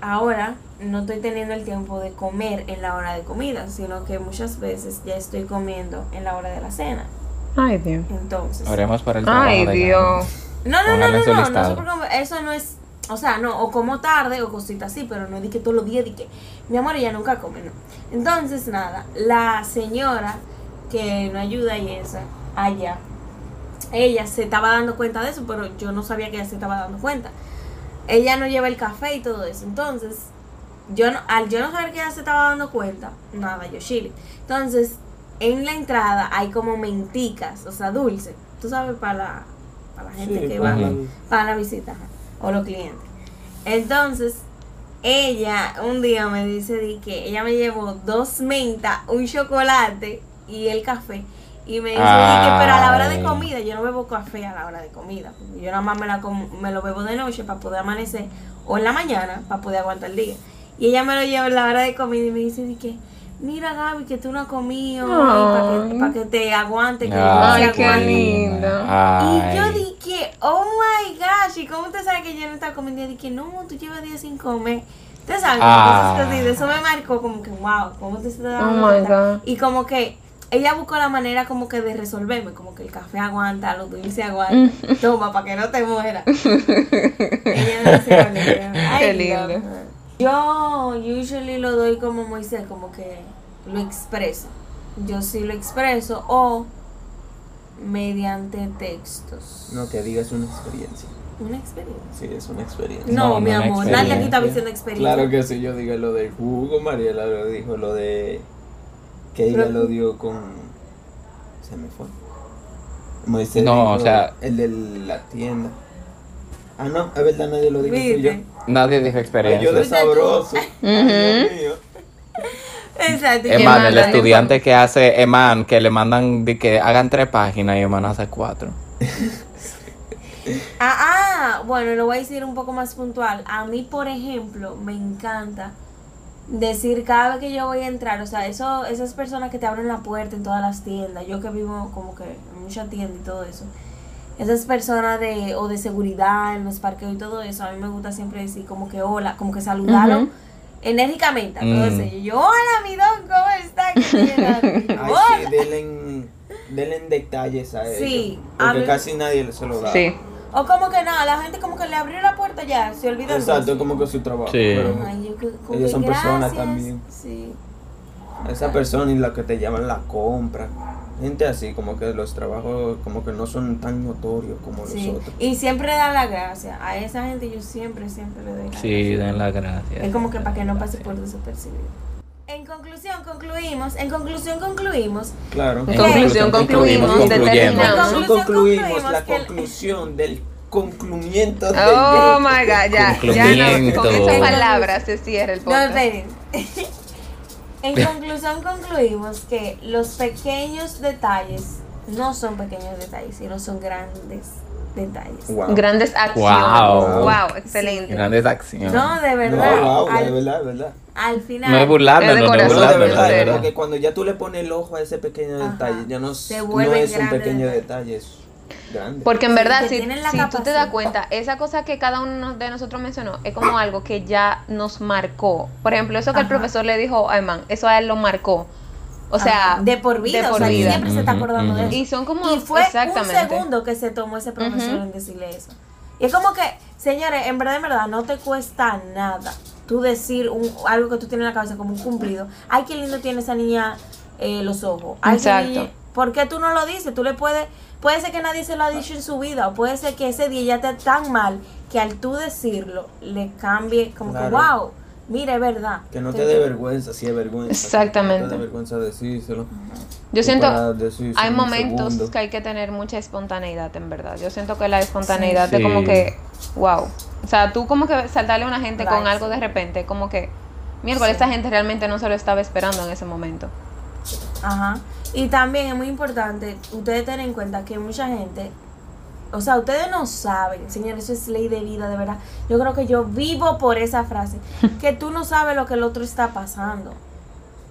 [SPEAKER 2] ahora no estoy teniendo el tiempo de comer en la hora de comida, sino que muchas veces ya estoy comiendo en la hora de la cena.
[SPEAKER 5] Ay, Dios.
[SPEAKER 2] Entonces,
[SPEAKER 6] Oremos por el trabajo
[SPEAKER 5] Ay,
[SPEAKER 6] de
[SPEAKER 5] Dios.
[SPEAKER 2] no, no, no,
[SPEAKER 6] Póngale
[SPEAKER 2] no,
[SPEAKER 6] su
[SPEAKER 2] no, no,
[SPEAKER 6] listado.
[SPEAKER 2] sé por qué- eso no es, o sea, no, o como tarde o cositas así, pero no di que todos los días di que, mi amor, ella nunca come, no. Entonces, nada, la señora que no ayuda y esa, allá, ella se estaba dando cuenta de eso, pero yo no sabía que ella se estaba dando cuenta. Ella no lleva el café y todo eso, entonces, yo no, al yo no saber que ella se estaba dando cuenta, nada, yo chile. Entonces, en la entrada hay como menticas, o sea, dulce, tú sabes, para la, para la gente
[SPEAKER 4] Sí,
[SPEAKER 2] que va
[SPEAKER 4] para la-
[SPEAKER 2] para la visita ajá, o los clientes. Entonces, ella un día me dice di que ella me llevó dos mentas, un chocolate y el café. Y me dice, di que, pero a la hora de
[SPEAKER 6] Ay.
[SPEAKER 2] comida, yo no bebo café a la hora de comida. porque Yo nada más me, la como- me lo bebo de noche para poder amanecer o en la mañana para poder aguantar el día. Y ella me lo lleva a la hora de comida y me dice, di que, mira Gaby, que tú no has comido para que,
[SPEAKER 5] Ay.
[SPEAKER 2] pa' que te aguante. Que
[SPEAKER 5] Ay,
[SPEAKER 2] yo
[SPEAKER 5] qué lindo.
[SPEAKER 2] y yo
[SPEAKER 6] Ay,
[SPEAKER 2] dije, oh my gosh, ¿y cómo usted sabe que yo no estaba comiendo? Y dije, no, tú llevas días sin comer. Usted sabe,
[SPEAKER 6] Ah.
[SPEAKER 2] cosas así. de Eso me marcó como que, wow, ¿cómo te está
[SPEAKER 5] Oh
[SPEAKER 2] dando
[SPEAKER 5] my
[SPEAKER 2] cuenta?
[SPEAKER 5] God.
[SPEAKER 2] Y como que ella buscó la manera como que de resolverme, como que el café aguanta, los dulces aguantan, toma, para que no te muera. ella me dice, "Ay,
[SPEAKER 5] Qué
[SPEAKER 2] love
[SPEAKER 5] lindo.
[SPEAKER 2] her". Yo usually lo doy como Moisés, como que lo expreso. Yo sí lo expreso o mediante textos.
[SPEAKER 4] No te digas una experiencia.
[SPEAKER 2] Una experiencia.
[SPEAKER 4] Sí, es una experiencia.
[SPEAKER 2] No,
[SPEAKER 6] No,
[SPEAKER 2] mi
[SPEAKER 6] no una
[SPEAKER 2] amor, nadie aquí está
[SPEAKER 4] experiencia.
[SPEAKER 2] diciendo experiencia.
[SPEAKER 4] Claro que sí, yo digo lo del jugo, Mariela lo dijo, lo de que ella
[SPEAKER 2] Pero-
[SPEAKER 4] lo dio con... Se me fue. Moisés
[SPEAKER 6] No,
[SPEAKER 4] dijo
[SPEAKER 6] o sea-
[SPEAKER 4] El de la tienda. Ah, no, es verdad, nadie lo dijo. fui yo.
[SPEAKER 2] Viste.
[SPEAKER 6] nadie dijo
[SPEAKER 4] Ay, yo
[SPEAKER 6] experiencia.
[SPEAKER 4] de
[SPEAKER 2] Pues
[SPEAKER 4] sabroso. Ay, Dios mío.
[SPEAKER 2] Exacto.
[SPEAKER 5] Es
[SPEAKER 2] yo-
[SPEAKER 6] Eman,
[SPEAKER 5] manda
[SPEAKER 6] el
[SPEAKER 5] la
[SPEAKER 6] estudiante que hace, Eman, que le mandan de que hagan tres páginas y Eman hace cuatro.
[SPEAKER 2] Ah, ah, bueno, lo voy a decir un poco más puntual. A mí, por ejemplo, me encanta decir cada vez que yo voy a entrar, o sea, eso, esas personas que te abren la puerta en todas las tiendas, yo que vivo como que en mucha tienda y todo eso, esas personas de, o de seguridad en los parqueos y todo eso, a mí me gusta siempre decir como que hola, como que saludarlo
[SPEAKER 5] Ujú.
[SPEAKER 2] enérgicamente a todos
[SPEAKER 3] Mm.
[SPEAKER 2] ellos. Yo, hola, mi don, ¿cómo está? ¿Qué tiene?" Y yo,
[SPEAKER 4] Ay,
[SPEAKER 2] "Hola".
[SPEAKER 4] sí, denle, denle detalles a ellos.
[SPEAKER 2] Sí,
[SPEAKER 4] Porque
[SPEAKER 2] hablen-
[SPEAKER 4] casi nadie se lo da.
[SPEAKER 5] Sí.
[SPEAKER 2] O como que no, la gente como que le abrió la puerta ya, se olvidó. el
[SPEAKER 4] Exacto,
[SPEAKER 2] gusto.
[SPEAKER 4] como que su trabajo.
[SPEAKER 3] Sí.
[SPEAKER 4] pero
[SPEAKER 2] Ay, yo que- como que
[SPEAKER 4] Ellos son personas
[SPEAKER 2] gracias,
[SPEAKER 4] también.
[SPEAKER 2] Sí.
[SPEAKER 4] esa persona y la que te llaman la compra. Gente así, como que los trabajos como que no son tan notorios como
[SPEAKER 2] Sí,
[SPEAKER 4] los otros.
[SPEAKER 2] y siempre da la gracia. A esa gente yo siempre, siempre le doy la
[SPEAKER 3] Sí,
[SPEAKER 2] gracia.
[SPEAKER 3] den las gracias.
[SPEAKER 2] Es como que para que no pase
[SPEAKER 3] Gracias.
[SPEAKER 2] por desapercibido. En conclusión, concluimos. En conclusión, concluimos.
[SPEAKER 4] Claro.
[SPEAKER 5] En conclusión, concluimos,
[SPEAKER 3] Concluimos,
[SPEAKER 5] determinamos.
[SPEAKER 2] concluyemos.
[SPEAKER 4] Nosotros
[SPEAKER 2] conclusión,
[SPEAKER 4] concluimos la
[SPEAKER 2] concluimos que-
[SPEAKER 4] conclusión del concluyente del
[SPEAKER 5] Oh my god, ya, ya no,
[SPEAKER 3] Concluyendo.
[SPEAKER 5] con esa palabra se cierra el
[SPEAKER 2] No,
[SPEAKER 5] podcast.
[SPEAKER 2] esperen. en conclusión, concluimos que los pequeños detalles no son pequeños detalles, sino son grandes detalles.
[SPEAKER 4] Wow.
[SPEAKER 5] Grandes acciones.
[SPEAKER 3] Wow.
[SPEAKER 5] Wow, excelente.
[SPEAKER 3] Grandes acciones.
[SPEAKER 2] No, de
[SPEAKER 4] No,
[SPEAKER 2] verdad.
[SPEAKER 4] wow, de
[SPEAKER 2] al,
[SPEAKER 4] verdad, de verdad.
[SPEAKER 2] al final.
[SPEAKER 3] No es burlarme,
[SPEAKER 5] Es de
[SPEAKER 3] no, no es
[SPEAKER 5] corazón,
[SPEAKER 4] No, de
[SPEAKER 3] burlarme,
[SPEAKER 4] verdad,
[SPEAKER 5] en
[SPEAKER 3] de
[SPEAKER 5] serio.
[SPEAKER 3] verdad.
[SPEAKER 4] porque cuando ya tú le pones el ojo a ese pequeño
[SPEAKER 2] Ajá.
[SPEAKER 4] detalle, ya no,
[SPEAKER 2] Se
[SPEAKER 4] es- no
[SPEAKER 2] vuelven
[SPEAKER 4] es un
[SPEAKER 2] grandes
[SPEAKER 4] pequeño
[SPEAKER 2] detalles.
[SPEAKER 4] detalle, es grande.
[SPEAKER 5] Porque en
[SPEAKER 2] Sí,
[SPEAKER 5] verdad,
[SPEAKER 2] que
[SPEAKER 5] si,
[SPEAKER 2] tienen la
[SPEAKER 5] si tú te das
[SPEAKER 2] capacidad.
[SPEAKER 5] cuenta, esa cosa que cada uno de nosotros mencionó es como algo que ya nos marcó. Por ejemplo, eso que el
[SPEAKER 2] Ajá.
[SPEAKER 5] profesor le dijo a Eman, eso a él lo marcó. O sea,
[SPEAKER 2] Ajá, de por vida,
[SPEAKER 5] de
[SPEAKER 2] o
[SPEAKER 5] por
[SPEAKER 2] sea,
[SPEAKER 5] vida.
[SPEAKER 2] siempre se está
[SPEAKER 3] Ujú,
[SPEAKER 2] acordando de
[SPEAKER 3] ujú.
[SPEAKER 2] eso.
[SPEAKER 5] y son como
[SPEAKER 2] y fue un
[SPEAKER 5] exactamente.
[SPEAKER 2] segundo que se tomó ese profesor
[SPEAKER 5] Ujú.
[SPEAKER 2] en decirle eso. Y es como que, señores, en verdad, en verdad, no te cuesta nada tú decir un- algo que tú tienes en la cabeza como un cumplido. Ay, qué lindo tiene esa niña eh, los ojos. Ay, qué
[SPEAKER 5] Exacto.
[SPEAKER 2] niña- ¿Por qué tú no lo dices? Tú le puedes, puede ser que nadie se lo ha dicho en su vida, o puede ser que ese día ya te tan mal que al tú decirlo le cambie como que,
[SPEAKER 4] Claro.
[SPEAKER 2] wow, mire, es verdad.
[SPEAKER 4] Que no te dé vergüenza, si es vergüenza.
[SPEAKER 5] Exactamente.
[SPEAKER 4] Que No te dé vergüenza decírselo.
[SPEAKER 5] Yo
[SPEAKER 4] Tú
[SPEAKER 5] siento,
[SPEAKER 4] para decírselo
[SPEAKER 5] hay
[SPEAKER 4] en un
[SPEAKER 5] momentos
[SPEAKER 4] segundo.
[SPEAKER 5] que hay que tener mucha espontaneidad, en verdad. Yo siento que la espontaneidad
[SPEAKER 3] Sí.
[SPEAKER 5] es como
[SPEAKER 3] Sí.
[SPEAKER 5] que, wow. O sea, tú como que saltarle a una gente con
[SPEAKER 2] Right.
[SPEAKER 5] algo de repente, como que, miércoles,
[SPEAKER 2] Sí.
[SPEAKER 5] esta gente realmente no se lo estaba esperando en ese momento.
[SPEAKER 2] Ajá. Y también es muy importante ustedes tener en cuenta que mucha gente, o sea, ustedes no saben, señores, eso es ley de vida, de verdad. Yo creo que yo vivo por esa frase, que tú no sabes lo que el otro está pasando.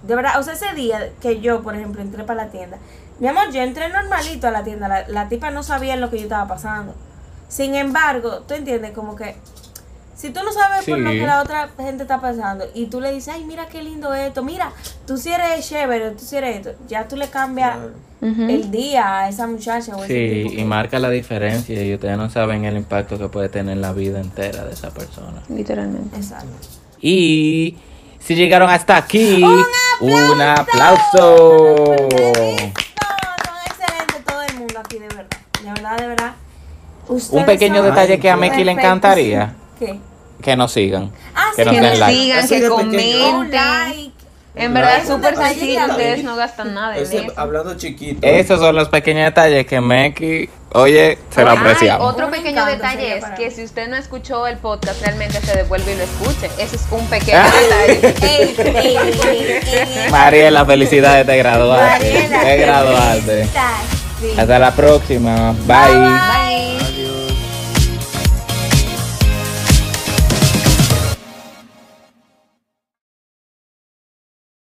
[SPEAKER 2] De verdad, o sea, ese día que yo, por ejemplo, entré para la tienda, mi amor, yo entré normalito a la tienda, la, la tipa no sabía lo que yo estaba pasando. Sin embargo, tú entiendes como que si tú no sabes por lo
[SPEAKER 3] Sí.
[SPEAKER 2] que la otra gente está pasando y tú le dices, ay, mira qué lindo esto, mira, tú si eres chévere, tú si eres esto, ya tú le cambias
[SPEAKER 4] Claro.
[SPEAKER 2] el día a esa muchacha o ese
[SPEAKER 3] Sí,
[SPEAKER 2] tipo.
[SPEAKER 3] y marca la diferencia y ustedes no saben el impacto que puede tener la vida entera de esa persona.
[SPEAKER 5] Literalmente.
[SPEAKER 2] Exacto.
[SPEAKER 3] Y si llegaron hasta aquí, un
[SPEAKER 2] ¡Listo!
[SPEAKER 3] aplauso.
[SPEAKER 2] Son excelentes todo el mundo aquí, de verdad. De verdad, de verdad.
[SPEAKER 3] Un
[SPEAKER 2] Ustedes
[SPEAKER 3] pequeño
[SPEAKER 2] son
[SPEAKER 3] detalle que a
[SPEAKER 4] Ay,
[SPEAKER 3] Meki le
[SPEAKER 2] perfectos.
[SPEAKER 3] encantaría,
[SPEAKER 2] ¿Qué?
[SPEAKER 3] que nos sigan.
[SPEAKER 2] Ah,
[SPEAKER 3] Que
[SPEAKER 2] sí,
[SPEAKER 3] nos
[SPEAKER 2] que
[SPEAKER 3] den
[SPEAKER 2] nos
[SPEAKER 3] like.
[SPEAKER 5] Sigan,
[SPEAKER 4] Así
[SPEAKER 5] que
[SPEAKER 4] de pequeño.
[SPEAKER 2] Un
[SPEAKER 5] comenten.
[SPEAKER 2] Oh, like.
[SPEAKER 5] En verdad es
[SPEAKER 4] Like,
[SPEAKER 5] súper
[SPEAKER 4] un detalle
[SPEAKER 5] sencillo,
[SPEAKER 4] de
[SPEAKER 5] ustedes
[SPEAKER 4] ahí.
[SPEAKER 5] no gastan nada en
[SPEAKER 4] Ese,
[SPEAKER 5] eso.
[SPEAKER 4] hablando chiquito.
[SPEAKER 3] Esos son los pequeños detalles que Meki, oye, se lo
[SPEAKER 5] Ay,
[SPEAKER 3] apreciamos.
[SPEAKER 5] otro
[SPEAKER 2] Un
[SPEAKER 5] pequeño
[SPEAKER 2] encanto sería
[SPEAKER 5] detalle es
[SPEAKER 2] para
[SPEAKER 5] que
[SPEAKER 2] mí.
[SPEAKER 5] si usted no escuchó el podcast, realmente se devuelve y lo escuche. Ese es un
[SPEAKER 3] Ah.
[SPEAKER 5] pequeño detalle.
[SPEAKER 2] Ey, ey, ey, ey, ey.
[SPEAKER 3] Mariela, felicidades de graduarte.
[SPEAKER 2] Mariela,
[SPEAKER 3] De graduarte.
[SPEAKER 2] estás, sí.
[SPEAKER 3] Hasta la próxima. Bye.
[SPEAKER 5] Bye.